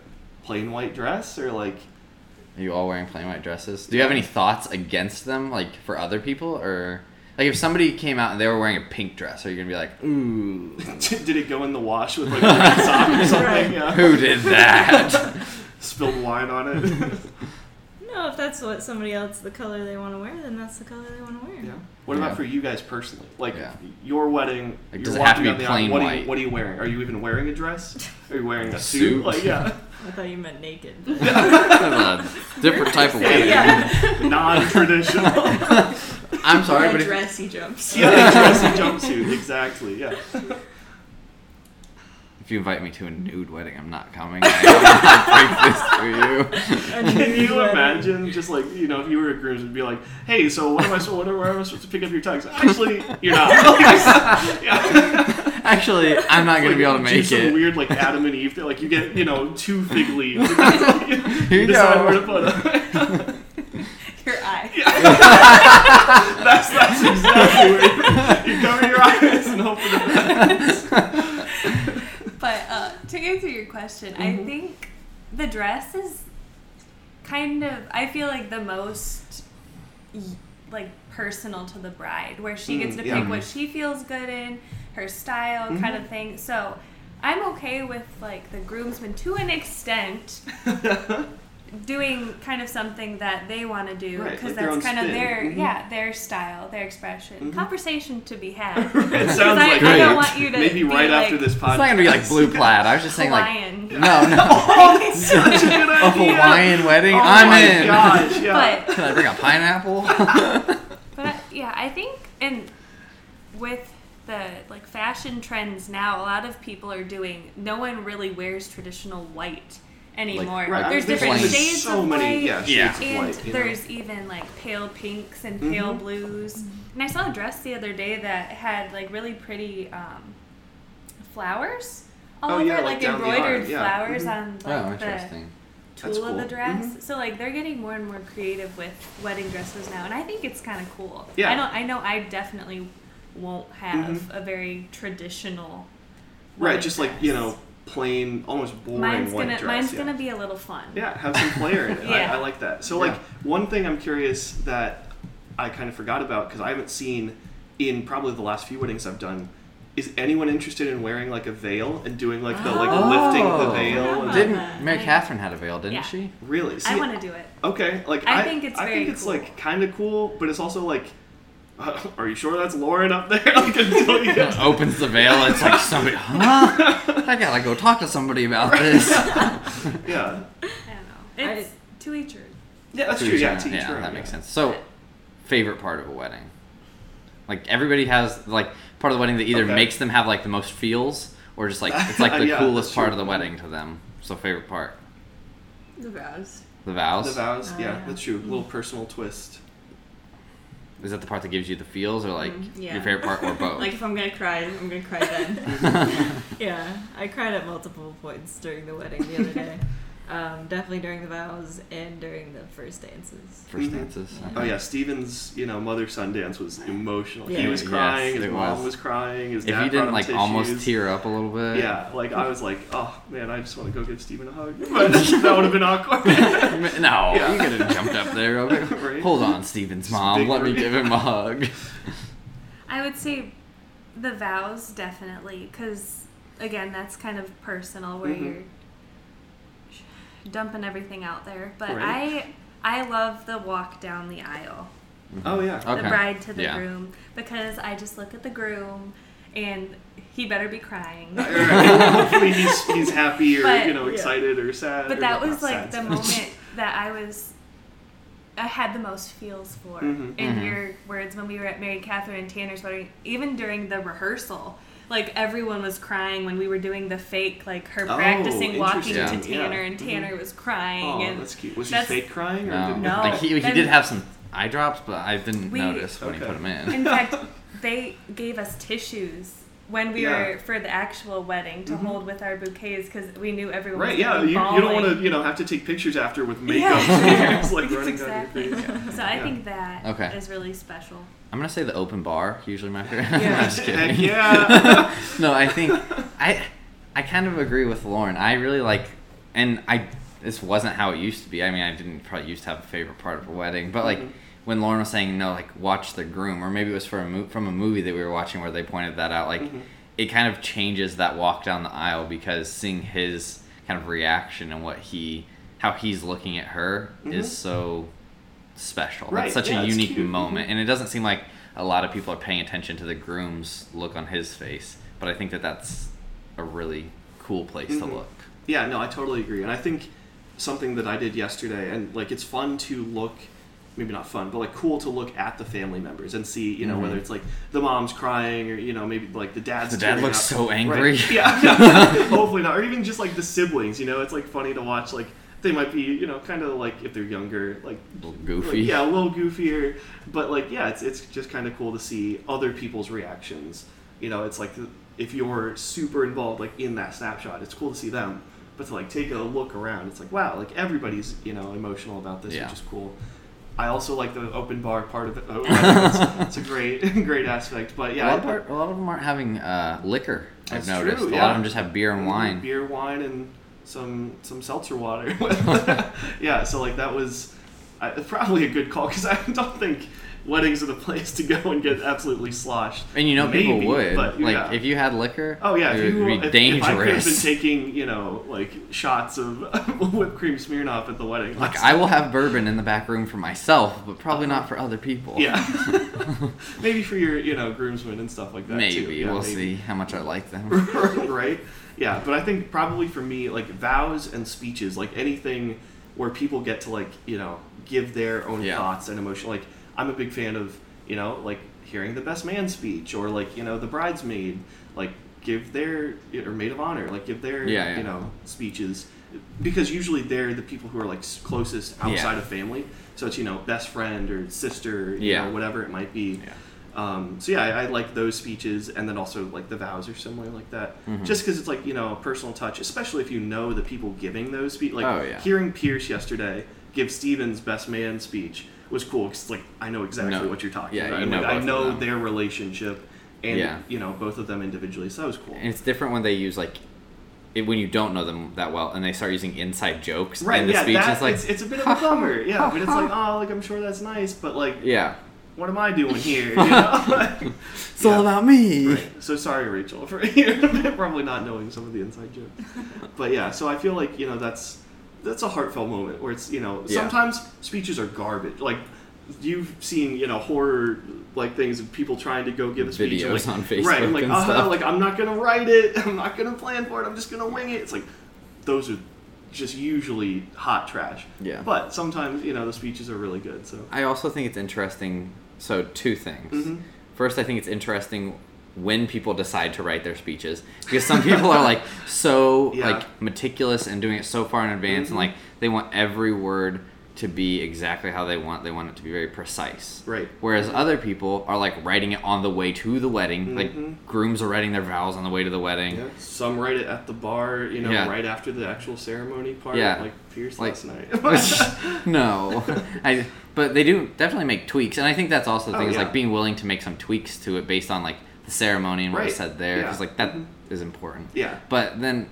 Speaker 1: plain white dress or like?
Speaker 2: Are you all wearing plain white dresses? Do you have any thoughts against them, like for other people, or like if somebody came out and they were wearing a pink dress, are you gonna be like, ooh,
Speaker 1: did it go in the wash with like a red sock or something? Yeah.
Speaker 2: who did that?
Speaker 1: Spilled wine on it.
Speaker 4: No, if that's what somebody else, the color they want to wear, then that's the color they want to wear.
Speaker 1: yeah. What
Speaker 2: Yeah.
Speaker 1: about for you guys personally? Like
Speaker 2: Yeah.
Speaker 1: your wedding,
Speaker 2: Like,
Speaker 1: you're
Speaker 2: does it have to
Speaker 1: walking
Speaker 2: be
Speaker 1: down the aisle,
Speaker 2: plain
Speaker 1: what Are
Speaker 2: white?
Speaker 1: you, what are you wearing? Are you even wearing a dress? Are you wearing a,
Speaker 2: A suit?
Speaker 1: suit? Like yeah,
Speaker 4: I thought you meant naked.
Speaker 2: That's a different type of wedding.
Speaker 4: yeah.
Speaker 1: non-traditional.
Speaker 2: I'm sorry,
Speaker 5: In a
Speaker 2: but if,
Speaker 5: dress, he jumps.
Speaker 1: yeah, dressy jumpsuit. Exactly. Yeah.
Speaker 2: if you invite me to a nude wedding, I'm not coming. I break this to you.
Speaker 1: Can you imagine just like you know if you were a groom would be like, hey, so what am I supposed? What am I- where am I supposed to pick up your tugs? Actually, you're not. yeah.
Speaker 2: Actually, I'm not gonna be able to
Speaker 1: do
Speaker 2: make
Speaker 1: some
Speaker 2: it.
Speaker 1: Weird like Adam and Eve. They're like you get you know two fig leaves. you
Speaker 2: Here you
Speaker 1: decide
Speaker 2: go.
Speaker 1: where to put them.
Speaker 5: Your eye.
Speaker 1: That's that's exactly where you, you cover your eyes and hope for the best.
Speaker 5: But uh, to go through your question,
Speaker 1: Mm-hmm.
Speaker 5: I think
Speaker 3: the dress is kind of I feel like the most y- like personal to the bride where she gets
Speaker 1: Mm,
Speaker 3: to
Speaker 1: yeah. Mm-hmm.
Speaker 3: pick what she feels good in, her style kind of thing. So I'm okay with like the groomsmen to an extent doing kind of something that they want to do
Speaker 1: Right,
Speaker 3: because
Speaker 1: like their
Speaker 3: that's
Speaker 1: own
Speaker 3: kind of
Speaker 1: spin.
Speaker 3: their
Speaker 1: Mhm.
Speaker 3: yeah, their style, their expression.
Speaker 1: Mhm.
Speaker 3: Conversation to be had.
Speaker 1: it
Speaker 3: 'Cause
Speaker 1: sounds
Speaker 3: I,
Speaker 1: like
Speaker 3: I
Speaker 2: Great.
Speaker 3: don't want you to
Speaker 1: maybe
Speaker 3: be
Speaker 1: right
Speaker 3: like
Speaker 1: after this podcast.
Speaker 2: It's not gonna be like blue plaid. I was just saying like,
Speaker 3: Hawaiian.
Speaker 2: no, no,
Speaker 1: Such a good
Speaker 2: a
Speaker 1: idea.
Speaker 2: Hawaiian wedding.
Speaker 1: Oh
Speaker 2: I'm
Speaker 1: my
Speaker 2: in.
Speaker 1: gosh, yeah.
Speaker 3: But
Speaker 2: Can I bring a pineapple? Oh,
Speaker 3: But I- yeah, I think and with the like fashion trends now, a lot of people are doing. No one really wears traditional white anymore.
Speaker 1: Right,
Speaker 3: there's
Speaker 1: there's
Speaker 3: different
Speaker 2: only
Speaker 3: shades
Speaker 1: so
Speaker 3: of
Speaker 1: many,
Speaker 3: white.
Speaker 1: yeah, shades
Speaker 2: Yeah.
Speaker 1: of
Speaker 3: And
Speaker 1: white, you know. Mm-hmm.
Speaker 3: there's even like pale pinks and pale blues. And I saw a dress the other day that had like really pretty um, flowers all
Speaker 1: Oh,
Speaker 3: over,
Speaker 1: yeah,
Speaker 3: it,
Speaker 1: like
Speaker 3: like,
Speaker 1: down the arm,
Speaker 3: embroidered
Speaker 1: yeah.
Speaker 3: flowers
Speaker 1: Mhm.
Speaker 2: Oh,
Speaker 3: on like the
Speaker 2: interesting.
Speaker 3: tool
Speaker 1: That's
Speaker 3: of the
Speaker 1: cool. Mm-hmm.
Speaker 3: dress. So like they're getting more and more creative with wedding dresses now, and I think it's kind of cool.
Speaker 1: Yeah.
Speaker 3: I don't. I know I definitely won't have
Speaker 1: Mhm.
Speaker 3: a very traditional.
Speaker 1: Right,
Speaker 3: wedding
Speaker 1: just like,
Speaker 3: dress.
Speaker 1: you know, plain, almost boring
Speaker 3: Mine's
Speaker 1: white
Speaker 3: gonna
Speaker 1: dress.
Speaker 3: mine's
Speaker 1: yeah.
Speaker 3: gonna be a little fun.
Speaker 1: Yeah, have some flair in it.
Speaker 3: Yeah.
Speaker 1: I, I like that. So,
Speaker 2: Yeah.
Speaker 1: like, one thing I'm curious that I kind of forgot about because I haven't seen in probably the last few weddings I've done is anyone interested in wearing like a veil and doing like the like lifting
Speaker 3: Oh.
Speaker 1: the veil? And,
Speaker 2: Oh. Didn't
Speaker 4: Yeah.
Speaker 2: Mary Catherine had a veil? Didn't
Speaker 3: Yeah.
Speaker 2: she?
Speaker 1: really? See, uh,
Speaker 3: I want to do it.
Speaker 1: okay, like
Speaker 3: I think it's
Speaker 1: I
Speaker 3: very
Speaker 1: think it's
Speaker 3: cool.
Speaker 1: like kind of cool, but it's also like, uh, are you sure that's Lauren up there? like until you get
Speaker 2: Opens the veil. It's like somebody. Huh? I gotta go talk to somebody about this.
Speaker 1: Yeah.
Speaker 3: I don't know.
Speaker 4: I-
Speaker 3: It's to each your
Speaker 1: Yeah, that's
Speaker 2: To
Speaker 1: true.
Speaker 2: each
Speaker 1: Yeah,
Speaker 2: own.
Speaker 1: to each
Speaker 2: yeah,
Speaker 1: your own,
Speaker 2: that makes
Speaker 1: yeah.
Speaker 2: sense. So, favorite part of a wedding, like everybody has like part of the wedding that either
Speaker 1: Okay.
Speaker 2: makes them have like the most feels or just like it's like the
Speaker 1: Yeah,
Speaker 2: coolest
Speaker 1: that's
Speaker 2: part
Speaker 1: true.
Speaker 2: of the wedding to them. So favorite part,
Speaker 5: The vows.
Speaker 2: the vows.
Speaker 1: The vows,
Speaker 4: Oh,
Speaker 1: yeah,
Speaker 3: Ah.
Speaker 4: yeah.
Speaker 1: that's true. Little personal twist.
Speaker 2: Is that the part that gives you the feels or like
Speaker 5: Mm, yeah.
Speaker 2: your favorite part or both?
Speaker 5: Like if I'm gonna cry, I'm gonna cry then.
Speaker 4: Yeah, I cried at multiple points during the wedding the other day. Um, definitely during the vows and during the first dances.
Speaker 2: First
Speaker 1: Mhm.
Speaker 2: dances.
Speaker 4: Yeah.
Speaker 1: Oh yeah, Steven's, you know, mother son dance was emotional. He
Speaker 4: Yeah.
Speaker 1: was
Speaker 2: Yes,
Speaker 1: crying, his
Speaker 2: it
Speaker 1: mom
Speaker 2: was.
Speaker 1: was. crying, his
Speaker 2: If
Speaker 1: dad
Speaker 2: you
Speaker 1: brought
Speaker 2: didn't
Speaker 1: him
Speaker 2: like almost
Speaker 1: tissues.
Speaker 2: tear up a little bit.
Speaker 1: Yeah, like I was like, oh man, I just want to go give Steven a hug. But that would have been awkwward.
Speaker 2: no,
Speaker 1: Yeah.
Speaker 2: you could have jumped up there. real quick.
Speaker 1: Right.
Speaker 2: Hold on, Steven's
Speaker 1: Just
Speaker 2: mom.
Speaker 1: big
Speaker 2: Let me
Speaker 1: room.
Speaker 2: give him a hug.
Speaker 3: I would say the vows definitely, because again, that's kind of personal where
Speaker 1: Mhm.
Speaker 3: you're dumping everything out there. But
Speaker 1: Right.
Speaker 3: I, I love the walk down the aisle,
Speaker 1: oh yeah.
Speaker 2: Mm-hmm. Okay.
Speaker 3: the bride to the
Speaker 2: Yeah.
Speaker 3: groom, because I just look at the groom, and he better be crying.
Speaker 1: All right. Hopefully he's he's happy or
Speaker 3: But-
Speaker 1: you know
Speaker 4: Yeah.
Speaker 1: excited or sad.
Speaker 3: But
Speaker 1: or
Speaker 3: that
Speaker 1: not
Speaker 3: was
Speaker 1: sad,
Speaker 3: like the
Speaker 1: sad.
Speaker 3: moment that I was, I had the most feels for.
Speaker 1: Mhm.
Speaker 3: In
Speaker 2: Mhm.
Speaker 3: your words, when we were at Mary Catherine and Tanner's wedding, even during the rehearsal, like everyone was crying when we were doing the fake, like her
Speaker 1: Oh,
Speaker 3: practicing walking to
Speaker 2: interesting.
Speaker 1: Yeah.
Speaker 3: Tanner, and
Speaker 1: Mhm.
Speaker 3: Tanner was crying,
Speaker 1: Oh,
Speaker 3: and
Speaker 1: that's cute. Was
Speaker 3: that's-
Speaker 1: he fake crying or
Speaker 2: No,
Speaker 1: did-
Speaker 3: No.
Speaker 2: Like, he, he
Speaker 3: Then-
Speaker 2: did have some eye drops, but I didn't
Speaker 3: We-
Speaker 2: notice when he
Speaker 1: Okay.
Speaker 2: put them in.
Speaker 3: In fact, they gave us tissues when we
Speaker 1: Yeah. Mm-hmm.
Speaker 3: were for the actual wedding to hold with our bouquets because we knew everyone.
Speaker 1: Right,
Speaker 3: was gonna
Speaker 1: yeah,
Speaker 3: be
Speaker 1: you, you don't
Speaker 3: bawling.
Speaker 1: want to, you know, have to take pictures after with makeup.
Speaker 3: Yeah.
Speaker 1: it's like running
Speaker 3: exactly.
Speaker 1: down your face.
Speaker 3: So I
Speaker 1: Yeah.
Speaker 3: think that is
Speaker 2: Okay.
Speaker 3: really special.
Speaker 2: I'm gonna say the open bar. Usually my favorite.
Speaker 4: Yeah.
Speaker 2: I'm just
Speaker 1: Heck
Speaker 2: kidding.
Speaker 1: yeah.
Speaker 2: no, I think I I kind of agree with Lauren. I really like, and I this wasn't how it used to be. I mean, I didn't probably used to have a favorite part of a wedding, but like
Speaker 1: Mhm.
Speaker 2: when Lauren was saying no, like watch the groom, or maybe it was for a mo- from a movie that we were watching where they pointed that out. Like
Speaker 1: Mhm.
Speaker 2: it kind of changes that walk down the aisle because seeing his kind of reaction and what he how he's looking at her
Speaker 1: Mhm.
Speaker 2: is so special.
Speaker 1: Right,
Speaker 2: That's such
Speaker 1: yeah,
Speaker 2: a
Speaker 1: it's
Speaker 2: unique
Speaker 1: cute. Mm-hmm.
Speaker 2: moment, and it doesn't seem like a lot of people are paying attention to the groom's look on his face. But I think that that's a really cool place to
Speaker 1: Mhm.
Speaker 2: look.
Speaker 1: Yeah, no, I totally agree. And I think something that I did yesterday, and like it's fun to look, maybe not fun, but like cool to look at the family members and see, you know,
Speaker 2: Mhm.
Speaker 1: whether it's like the mom's crying or, you know, maybe like the dad's
Speaker 2: The dad
Speaker 1: tearing
Speaker 2: looks
Speaker 1: up.
Speaker 2: so
Speaker 1: Right.
Speaker 2: angry.
Speaker 1: Yeah. Hopefully not. Or even just like the siblings, you know, it's like funny to watch, like, they might be, you know, kind of like if they're younger, like
Speaker 2: A little
Speaker 1: like,
Speaker 2: goofy.
Speaker 1: yeah, a little goofier, but like yeah, it's it's just kind of cool to see other people's reactions. You know, it's like the, if you're super involved like in that snapshot, it's cool to see them. But to like take a look around, it's like wow, like everybody's you know emotional about this,
Speaker 2: Yeah.
Speaker 1: which is cool. I also like the open bar part of it. though. it's, it's a great great aspect. But
Speaker 2: a,
Speaker 1: yeah,
Speaker 2: lot
Speaker 1: I-
Speaker 2: of part- a lot of them aren't having uh, liquor. I've
Speaker 1: That's
Speaker 2: noticed
Speaker 1: true,
Speaker 2: a
Speaker 1: yeah.
Speaker 2: lot of them just have beer and wine.
Speaker 1: beer, wine, and some some seltzer water. yeah, so like that was I, probably a good call because I don't think weddings are the place to go and get absolutely sloshed.
Speaker 2: And you know
Speaker 1: Maybe,
Speaker 2: people would
Speaker 1: but,
Speaker 2: like
Speaker 1: yeah.
Speaker 2: if you had liquor.
Speaker 1: Oh yeah,
Speaker 2: it
Speaker 1: if you
Speaker 2: would
Speaker 1: if-
Speaker 2: be
Speaker 1: if I could have been
Speaker 2: dangerous.
Speaker 1: taking you know like shots of whipped cream Smirnoff at the wedding.
Speaker 2: like I will have bourbon in the back room for myself, but probably
Speaker 1: Uh-huh.
Speaker 2: not for other people.
Speaker 1: yeah, maybe for your you know groomsmen and stuff like that.
Speaker 2: maybe
Speaker 1: too. Yeah,
Speaker 2: we'll
Speaker 1: maybe.
Speaker 2: see how much I like them.
Speaker 1: right? Yeah, but I think probably for me, like vows and speeches, like anything where people get to like you know give their own
Speaker 2: Yeah.
Speaker 1: thoughts and emotion. Like I'm a big fan of you know like hearing the best man speech or like you know the bridesmaid like give their or maid of honor like give their
Speaker 2: Yeah, yeah.
Speaker 1: you know speeches because usually they're the people who are like s- closest outside
Speaker 2: Yeah.
Speaker 1: of family so it's you know best friend or sister you
Speaker 2: Yeah.
Speaker 1: know whatever it might be
Speaker 2: Yeah.
Speaker 1: um, so yeah, I, I like those speeches, and then also like the vows or somewhere like that, Just
Speaker 2: Mm-hmm.
Speaker 1: 'cause just because it's like you know a personal touch, especially if you know the people giving those speeches. Like
Speaker 2: Oh, yeah.
Speaker 1: hearing Pierce yesterday give Stevens best man speech was cool because like I know exactly
Speaker 2: No.
Speaker 1: what you're talking
Speaker 2: Yeah,
Speaker 1: about.
Speaker 2: you
Speaker 1: And,
Speaker 2: know
Speaker 1: like, I
Speaker 2: both of
Speaker 1: know
Speaker 2: them.
Speaker 1: their relationship, and
Speaker 2: Yeah.
Speaker 1: you know both of them individually, so that was cool.
Speaker 2: And it's different when they use like it, when you don't know them that well and they start using inside jokes
Speaker 1: Right,
Speaker 2: in the
Speaker 1: yeah,
Speaker 2: speech.
Speaker 1: that,
Speaker 2: it's like
Speaker 1: it's, it's a bit of a bummer, yeah, but it's like, oh, like I'm sure that's nice, but like,
Speaker 2: yeah,
Speaker 1: what am I doing here? You know?
Speaker 2: it's all about me.
Speaker 1: Right. So sorry, Rachel, for probably not knowing some of the inside jokes. But yeah, so I feel like you know that's that's a heartfelt moment where it's you know
Speaker 2: Yeah.
Speaker 1: sometimes speeches are garbage. Like you've seen you know horror like things of people trying to go give a speech and,
Speaker 2: videos
Speaker 1: like,
Speaker 2: on Facebook
Speaker 1: right I'm like
Speaker 2: and
Speaker 1: uh-huh,
Speaker 2: stuff.
Speaker 1: like i'm not gonna write it i'm not gonna plan for it i'm just gonna wing it it's like those are just usually hot trash
Speaker 2: Yeah.
Speaker 1: but sometimes you know the speeches are really good so
Speaker 2: I also think it's interesting. So two things.
Speaker 1: Mhm.
Speaker 2: First, I think it's interesting when people decide to write their speeches because some people are like so
Speaker 1: Yeah.
Speaker 2: like meticulous and doing it so far in advance
Speaker 1: Mhm.
Speaker 2: and like they want every word to be exactly how they want. They want it to be very precise.
Speaker 1: Right.
Speaker 2: Whereas other people are like writing it on the way to the wedding.
Speaker 1: Mhm.
Speaker 2: Like grooms are writing their vows on the way to the wedding.
Speaker 1: yeah. some write it at the bar you know
Speaker 2: Yeah.
Speaker 1: right after the actual ceremony part
Speaker 2: Yeah.
Speaker 1: like pierce
Speaker 2: Like-
Speaker 1: last night
Speaker 2: no, I. But they do definitely make tweaks, and I think that's also the
Speaker 1: Oh,
Speaker 2: thing is
Speaker 1: yeah.
Speaker 2: like being willing to make some tweaks to it based on like the ceremony and what
Speaker 1: Right.
Speaker 2: was said there, because
Speaker 1: Yeah.
Speaker 2: like that
Speaker 1: Mhm.
Speaker 2: is important.
Speaker 1: yeah
Speaker 2: But then,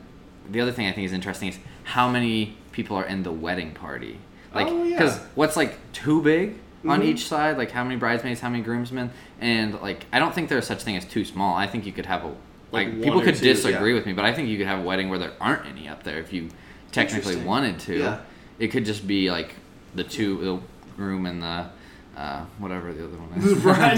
Speaker 2: the other thing I think is interesting is how many people are in the wedding party. Like,
Speaker 1: Oh, yeah.
Speaker 2: what's like too big on
Speaker 1: Mhm.
Speaker 2: each side? Like, how many bridesmaids, how many groomsmen, and like I don't think there's such thing as too small. I think you could have a
Speaker 1: Like
Speaker 2: like,
Speaker 1: one
Speaker 2: people
Speaker 1: or
Speaker 2: could
Speaker 1: two,
Speaker 2: disagree
Speaker 1: yeah.
Speaker 2: with me, but I think you could have a wedding where there aren't any up there if you technically
Speaker 1: Interesting.
Speaker 2: wanted to.
Speaker 1: Yeah.
Speaker 2: It could just be like the two, the groom and the. Uh, whatever the other one is.
Speaker 1: The bride.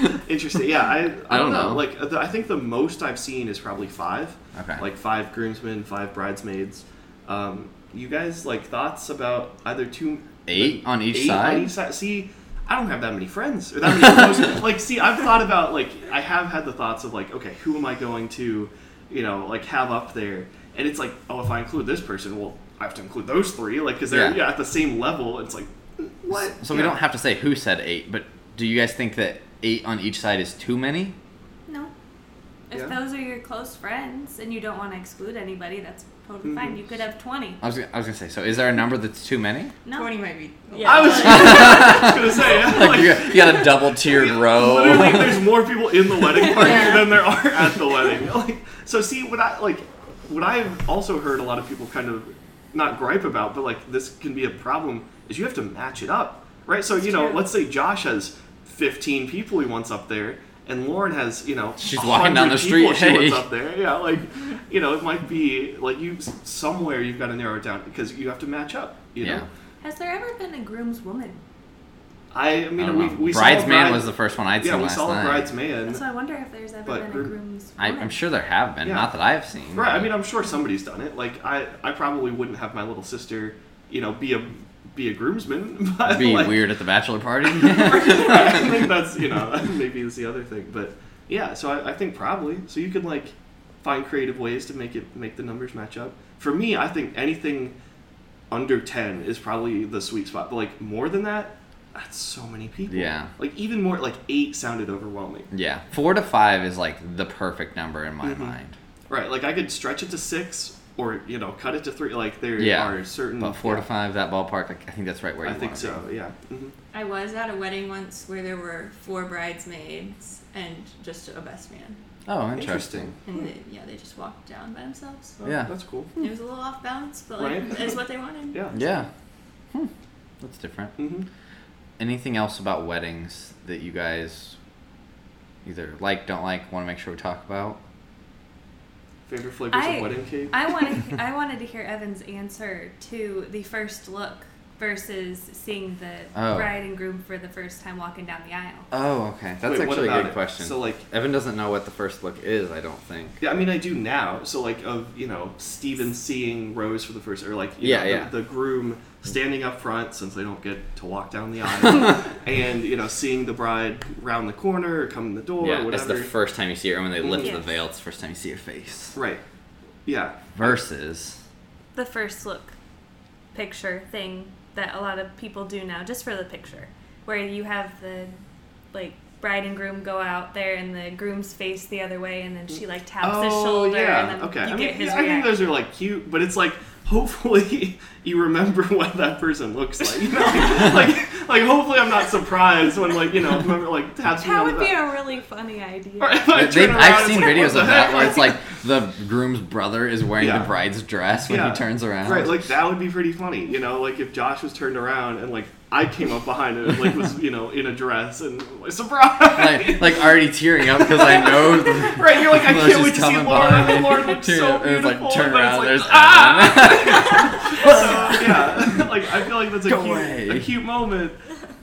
Speaker 2: bride.
Speaker 1: Interesting. Yeah, I, I,
Speaker 2: don't know.
Speaker 1: Like, the, I think the most I've seen is probably five.
Speaker 2: Okay.
Speaker 1: Like five groomsmen, five bridesmaids. Um, you guys like thoughts about either two,
Speaker 2: Eight on each
Speaker 1: eight
Speaker 2: side?
Speaker 1: On each side. See, I don't have that many friends or that many close. like, see, I've thought about like I have had the thoughts of like, okay, who am I going to, you know, like have up there? And it's like, oh, if I include this person, well, I have to include those three, like, because they're
Speaker 2: Yeah.
Speaker 1: yeah. at the same level. It's like, what?
Speaker 2: So we
Speaker 1: Yeah.
Speaker 2: don't have to say who said eight, but do you guys think that eight on each side is too many?
Speaker 3: No. If
Speaker 1: Yeah.
Speaker 3: those are your close friends and you don't want to exclude anybody, that's totally fine.
Speaker 1: Mhm.
Speaker 3: You could have 20.
Speaker 2: I was, I was gonna say. So is there a number that's too many?
Speaker 3: No.
Speaker 5: Twenty might be. a
Speaker 4: Yeah.
Speaker 5: lot.
Speaker 1: I was, I was gonna say, yeah,
Speaker 2: Like
Speaker 1: like-
Speaker 2: you, got, you got a double tiered
Speaker 1: Literally,
Speaker 2: row.
Speaker 1: there's more people in the wedding party
Speaker 5: Yeah.
Speaker 1: than there are at the wedding. Like, so see what I like. What I've also heard a lot of people kind of not gripe about, but like this can be a problem is you have to match it up, right? So you know,
Speaker 3: true.
Speaker 1: let's say Josh has 15 people he wants up there, and Lauren has you know
Speaker 2: She's walking down
Speaker 1: 100
Speaker 2: the street,
Speaker 1: people she
Speaker 2: hey.
Speaker 1: wants up there. Yeah, like you know, it might be like you somewhere you've got to narrow it down because you have to match up. You
Speaker 2: Yeah.
Speaker 1: know,
Speaker 3: Has there ever been a groom's woman?
Speaker 1: I, I
Speaker 2: I
Speaker 1: mean,
Speaker 2: don't
Speaker 1: we,
Speaker 2: know.
Speaker 1: we saw a
Speaker 2: bridesman
Speaker 1: bride-
Speaker 2: was the first one I'd
Speaker 1: yeah,
Speaker 2: seen
Speaker 1: we
Speaker 2: last
Speaker 1: saw a
Speaker 2: night.
Speaker 1: bridesman.
Speaker 3: That's why I wonder if there's ever
Speaker 1: But
Speaker 3: been
Speaker 1: groom-
Speaker 3: a groom's
Speaker 2: I,
Speaker 3: woman.
Speaker 2: I'm sure there have been.
Speaker 1: Yeah.
Speaker 2: Not that I've seen.
Speaker 1: Right. I mean,
Speaker 2: but-
Speaker 1: I'm sure somebody's done it. Like I, I probably wouldn't have my little sister, you know, be a be a groomsman. But
Speaker 2: It'd be
Speaker 1: like,
Speaker 2: weird at the bachelor party.
Speaker 1: I think that's you know maybe it's the other thing, but yeah. So I, I think probably. So you can like find creative ways to make it make the numbers match up. For me, I think anything under ten is probably the sweet spot. But like more than that, that's so many people.
Speaker 2: Yeah.
Speaker 1: Like even more like eight sounded overwhelming.
Speaker 2: yeah, four to five is like the perfect number in my
Speaker 1: Mhm.
Speaker 2: mind.
Speaker 1: Right. Like I could stretch it to six. Or you know, cut it to three. Like there
Speaker 2: Yeah,
Speaker 1: are certain
Speaker 2: But four
Speaker 1: yeah.
Speaker 2: to five, that ballpark, like, I think that's right where you
Speaker 1: I think
Speaker 2: wanna
Speaker 1: so.
Speaker 2: Be.
Speaker 1: Yeah. hmm
Speaker 5: I was at a wedding once where there were four bridesmaids and just a best man,
Speaker 2: Oh, interesting.
Speaker 1: Hmm.
Speaker 5: and they, yeah, they just walked down by themselves.
Speaker 1: Oh,
Speaker 2: Yeah.
Speaker 1: That's cool.
Speaker 5: It was a little off balance, but like
Speaker 1: Right.
Speaker 5: that's what they wanted.
Speaker 1: Yeah.
Speaker 2: Yeah. Hmm. That's different.
Speaker 1: hmm
Speaker 2: anything else about weddings that you guys either like, don't like, want to make sure we talk about?
Speaker 1: Favorite flavors
Speaker 3: I-
Speaker 1: of wedding cake.
Speaker 3: I wanted I wanted to hear Evan's answer to the first look versus seeing the
Speaker 2: Oh.
Speaker 3: bride and groom for the first time walking down the aisle.
Speaker 2: Oh, okay. That's
Speaker 1: Wait, what
Speaker 2: actually a
Speaker 1: about
Speaker 2: good
Speaker 1: it?
Speaker 2: question.
Speaker 1: So like,
Speaker 2: Evan doesn't know what the first look is, I don't think.
Speaker 1: yeah, I mean, I do now. So like, of you know, Steven seeing Rose for the first, or like, you
Speaker 2: Yeah,
Speaker 1: know,
Speaker 2: yeah.
Speaker 1: The, the groom standing up front since they don't get to walk down the aisle, and you know, seeing the bride round the corner or come in the door,
Speaker 2: yeah,
Speaker 1: or
Speaker 2: that's
Speaker 1: whatever.
Speaker 2: the first time you see her, and when they lift the
Speaker 3: Yes.
Speaker 2: veil, it's the first time you see her face.
Speaker 1: right. Yeah.
Speaker 2: Versus.
Speaker 3: The first look picture thing that a lot of people do now just for the picture where you have the like bride and groom go out there and the groom's face the other way and then she like taps his shoulder
Speaker 1: Oh, yeah.
Speaker 3: and then
Speaker 1: okay.
Speaker 3: you
Speaker 1: I,
Speaker 3: get
Speaker 1: mean,
Speaker 3: his
Speaker 1: yeah, I think
Speaker 3: reaction.
Speaker 1: those are like cute, but it's like hopefully you remember what that person looks like. You know, like, like, like, hopefully I'm not surprised when like you know whoever like taps me
Speaker 3: That
Speaker 1: on
Speaker 3: would
Speaker 1: the
Speaker 3: be
Speaker 1: back.
Speaker 3: a really funny idea.
Speaker 1: Or if I
Speaker 2: They-
Speaker 1: turn around,
Speaker 2: I've
Speaker 1: it's
Speaker 2: seen
Speaker 1: like,
Speaker 2: videos
Speaker 1: what the
Speaker 2: of that
Speaker 1: heck?
Speaker 2: where it's like the groom's brother is wearing
Speaker 1: Yeah.
Speaker 2: the bride's dress when
Speaker 1: Yeah.
Speaker 2: he turns around.
Speaker 1: Right, like that would be pretty funny, you know. Like if Josh was turned around and like I came up behind him, and, like was you know in a dress and like, surprise.
Speaker 2: like, like already tearing up because I know the,
Speaker 1: right, you're like I
Speaker 2: Lois
Speaker 1: can't
Speaker 2: is
Speaker 1: wait to see
Speaker 2: coming
Speaker 1: Lauren.
Speaker 2: behind
Speaker 1: and
Speaker 2: me.
Speaker 1: Lauren looks
Speaker 2: Tearing
Speaker 1: so
Speaker 2: up, and
Speaker 1: beautiful.
Speaker 2: it's like turn
Speaker 1: and then
Speaker 2: around,
Speaker 1: it's
Speaker 2: there's
Speaker 1: like, ah. So,
Speaker 2: Evan.
Speaker 1: yeah, like I feel like that's a
Speaker 2: Go
Speaker 1: cute,
Speaker 2: away.
Speaker 1: a cute moment,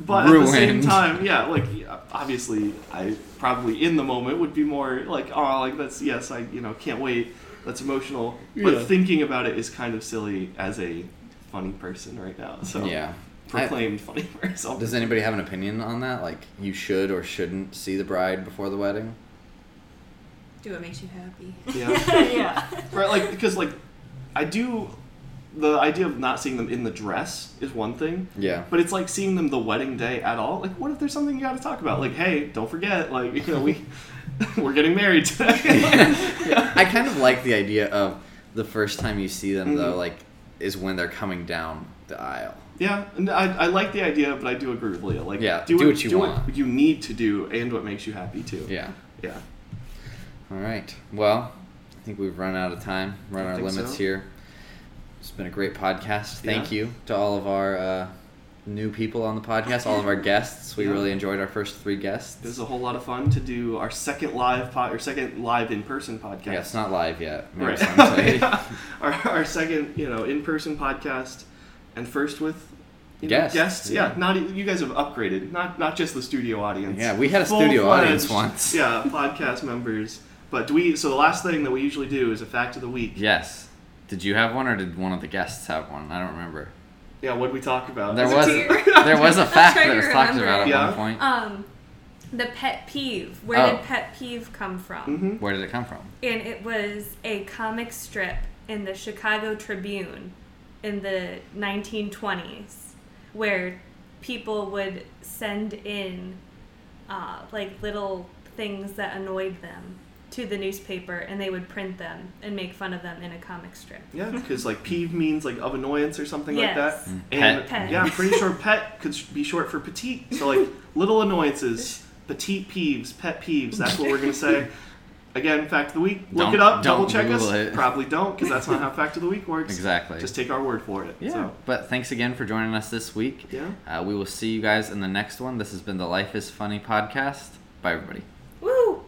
Speaker 1: but at the same
Speaker 2: Ruined.
Speaker 1: time, yeah, like yeah, obviously I probably in the moment would be more like, oh, like that's yes, I you know can't wait, that's emotional. But
Speaker 2: Yeah.
Speaker 1: thinking about it is kind of silly as a funny person right now. So
Speaker 2: yeah.
Speaker 1: proclaimed funny person.
Speaker 2: Does anybody have an opinion on that? Like, you should or shouldn't see the bride before the wedding?
Speaker 5: Do what makes you happy.
Speaker 1: yeah.
Speaker 4: yeah.
Speaker 1: Right, like because like I do the idea of not seeing them in the dress is one thing,
Speaker 2: Yeah.
Speaker 1: but it's like seeing them the wedding day at all. Like, what if there's something you got to talk about? Like, hey, don't forget, like you know we we're getting married today.
Speaker 2: I kind of like the idea of the first time you see them, though,
Speaker 1: Mhm.
Speaker 2: like, is when they're coming down the aisle.
Speaker 1: yeah, and I, I like the idea, but I do agree with Leah. Like,
Speaker 2: Yeah, do what you want.
Speaker 1: what you need to do, and what makes you happy too.
Speaker 2: Yeah.
Speaker 1: yeah.
Speaker 2: All right. Well, I think we've run out of time, run
Speaker 1: I
Speaker 2: our
Speaker 1: think
Speaker 2: limits
Speaker 1: so.
Speaker 2: here. It's been a great podcast. Thank
Speaker 1: Yeah.
Speaker 2: you to all of our uh, new people on the podcast, all of our guests. We
Speaker 1: Yeah.
Speaker 2: really enjoyed our first three guests.
Speaker 1: This is a whole lot of fun to do our second live pod or second live in person podcast.
Speaker 2: Yeah, it's not live yet. Maybe
Speaker 1: Right.
Speaker 2: someday.
Speaker 1: Yeah. our, our second, you know, in-person podcast, and first with you know,
Speaker 2: Guests,
Speaker 1: guests. Yeah.
Speaker 2: yeah.
Speaker 1: not e- you guys have upgraded. Not not just the studio audience.
Speaker 2: Yeah, we had a studio audience
Speaker 1: Full-fledged,
Speaker 2: once.
Speaker 1: Yeah, podcast members. But do we? So the last thing that we usually do is a fact of the week.
Speaker 2: Yes. Did you have one, or did one of the guests have one? I don't remember.
Speaker 1: Yeah, what did we talk about?
Speaker 2: There
Speaker 1: Is it
Speaker 2: was
Speaker 1: two-
Speaker 2: there was a fact
Speaker 3: trying
Speaker 2: that
Speaker 3: to
Speaker 2: was talked
Speaker 3: remember
Speaker 2: about at
Speaker 1: it.
Speaker 2: one point.
Speaker 3: Um, the pet peeve. Where
Speaker 2: Oh.
Speaker 3: did pet peeve come from?
Speaker 1: Mhm.
Speaker 2: Where did it come from?
Speaker 3: And it was a comic strip in the Chicago Tribune in the 1920s where people would send in uh, like little things that annoyed them to the newspaper and they would print them and make fun of them in a comic strip.
Speaker 1: Yeah, because like peeve means like of annoyance or something like
Speaker 3: Yes.
Speaker 1: that.
Speaker 2: Mm.
Speaker 1: And
Speaker 2: Pet.
Speaker 3: Pet.
Speaker 1: yeah, I'm pretty sure pet could sh- be short for petite. So like little annoyances, petite peeves, pet peeves. That's what we're gonna say. Again, fact of the week. Look
Speaker 2: Don't-
Speaker 1: it up.
Speaker 2: don't
Speaker 1: Double check us.
Speaker 2: Google it.
Speaker 1: Probably don't, because that's not how fact of the week works.
Speaker 2: Exactly.
Speaker 1: Just take our word for it.
Speaker 2: yeah.
Speaker 1: So,
Speaker 2: But thanks again for joining us this week.
Speaker 1: yeah.
Speaker 2: Uh, we will see you guys in the next one. This has been the Life is Funny podcast. Bye, everybody.
Speaker 3: Woo!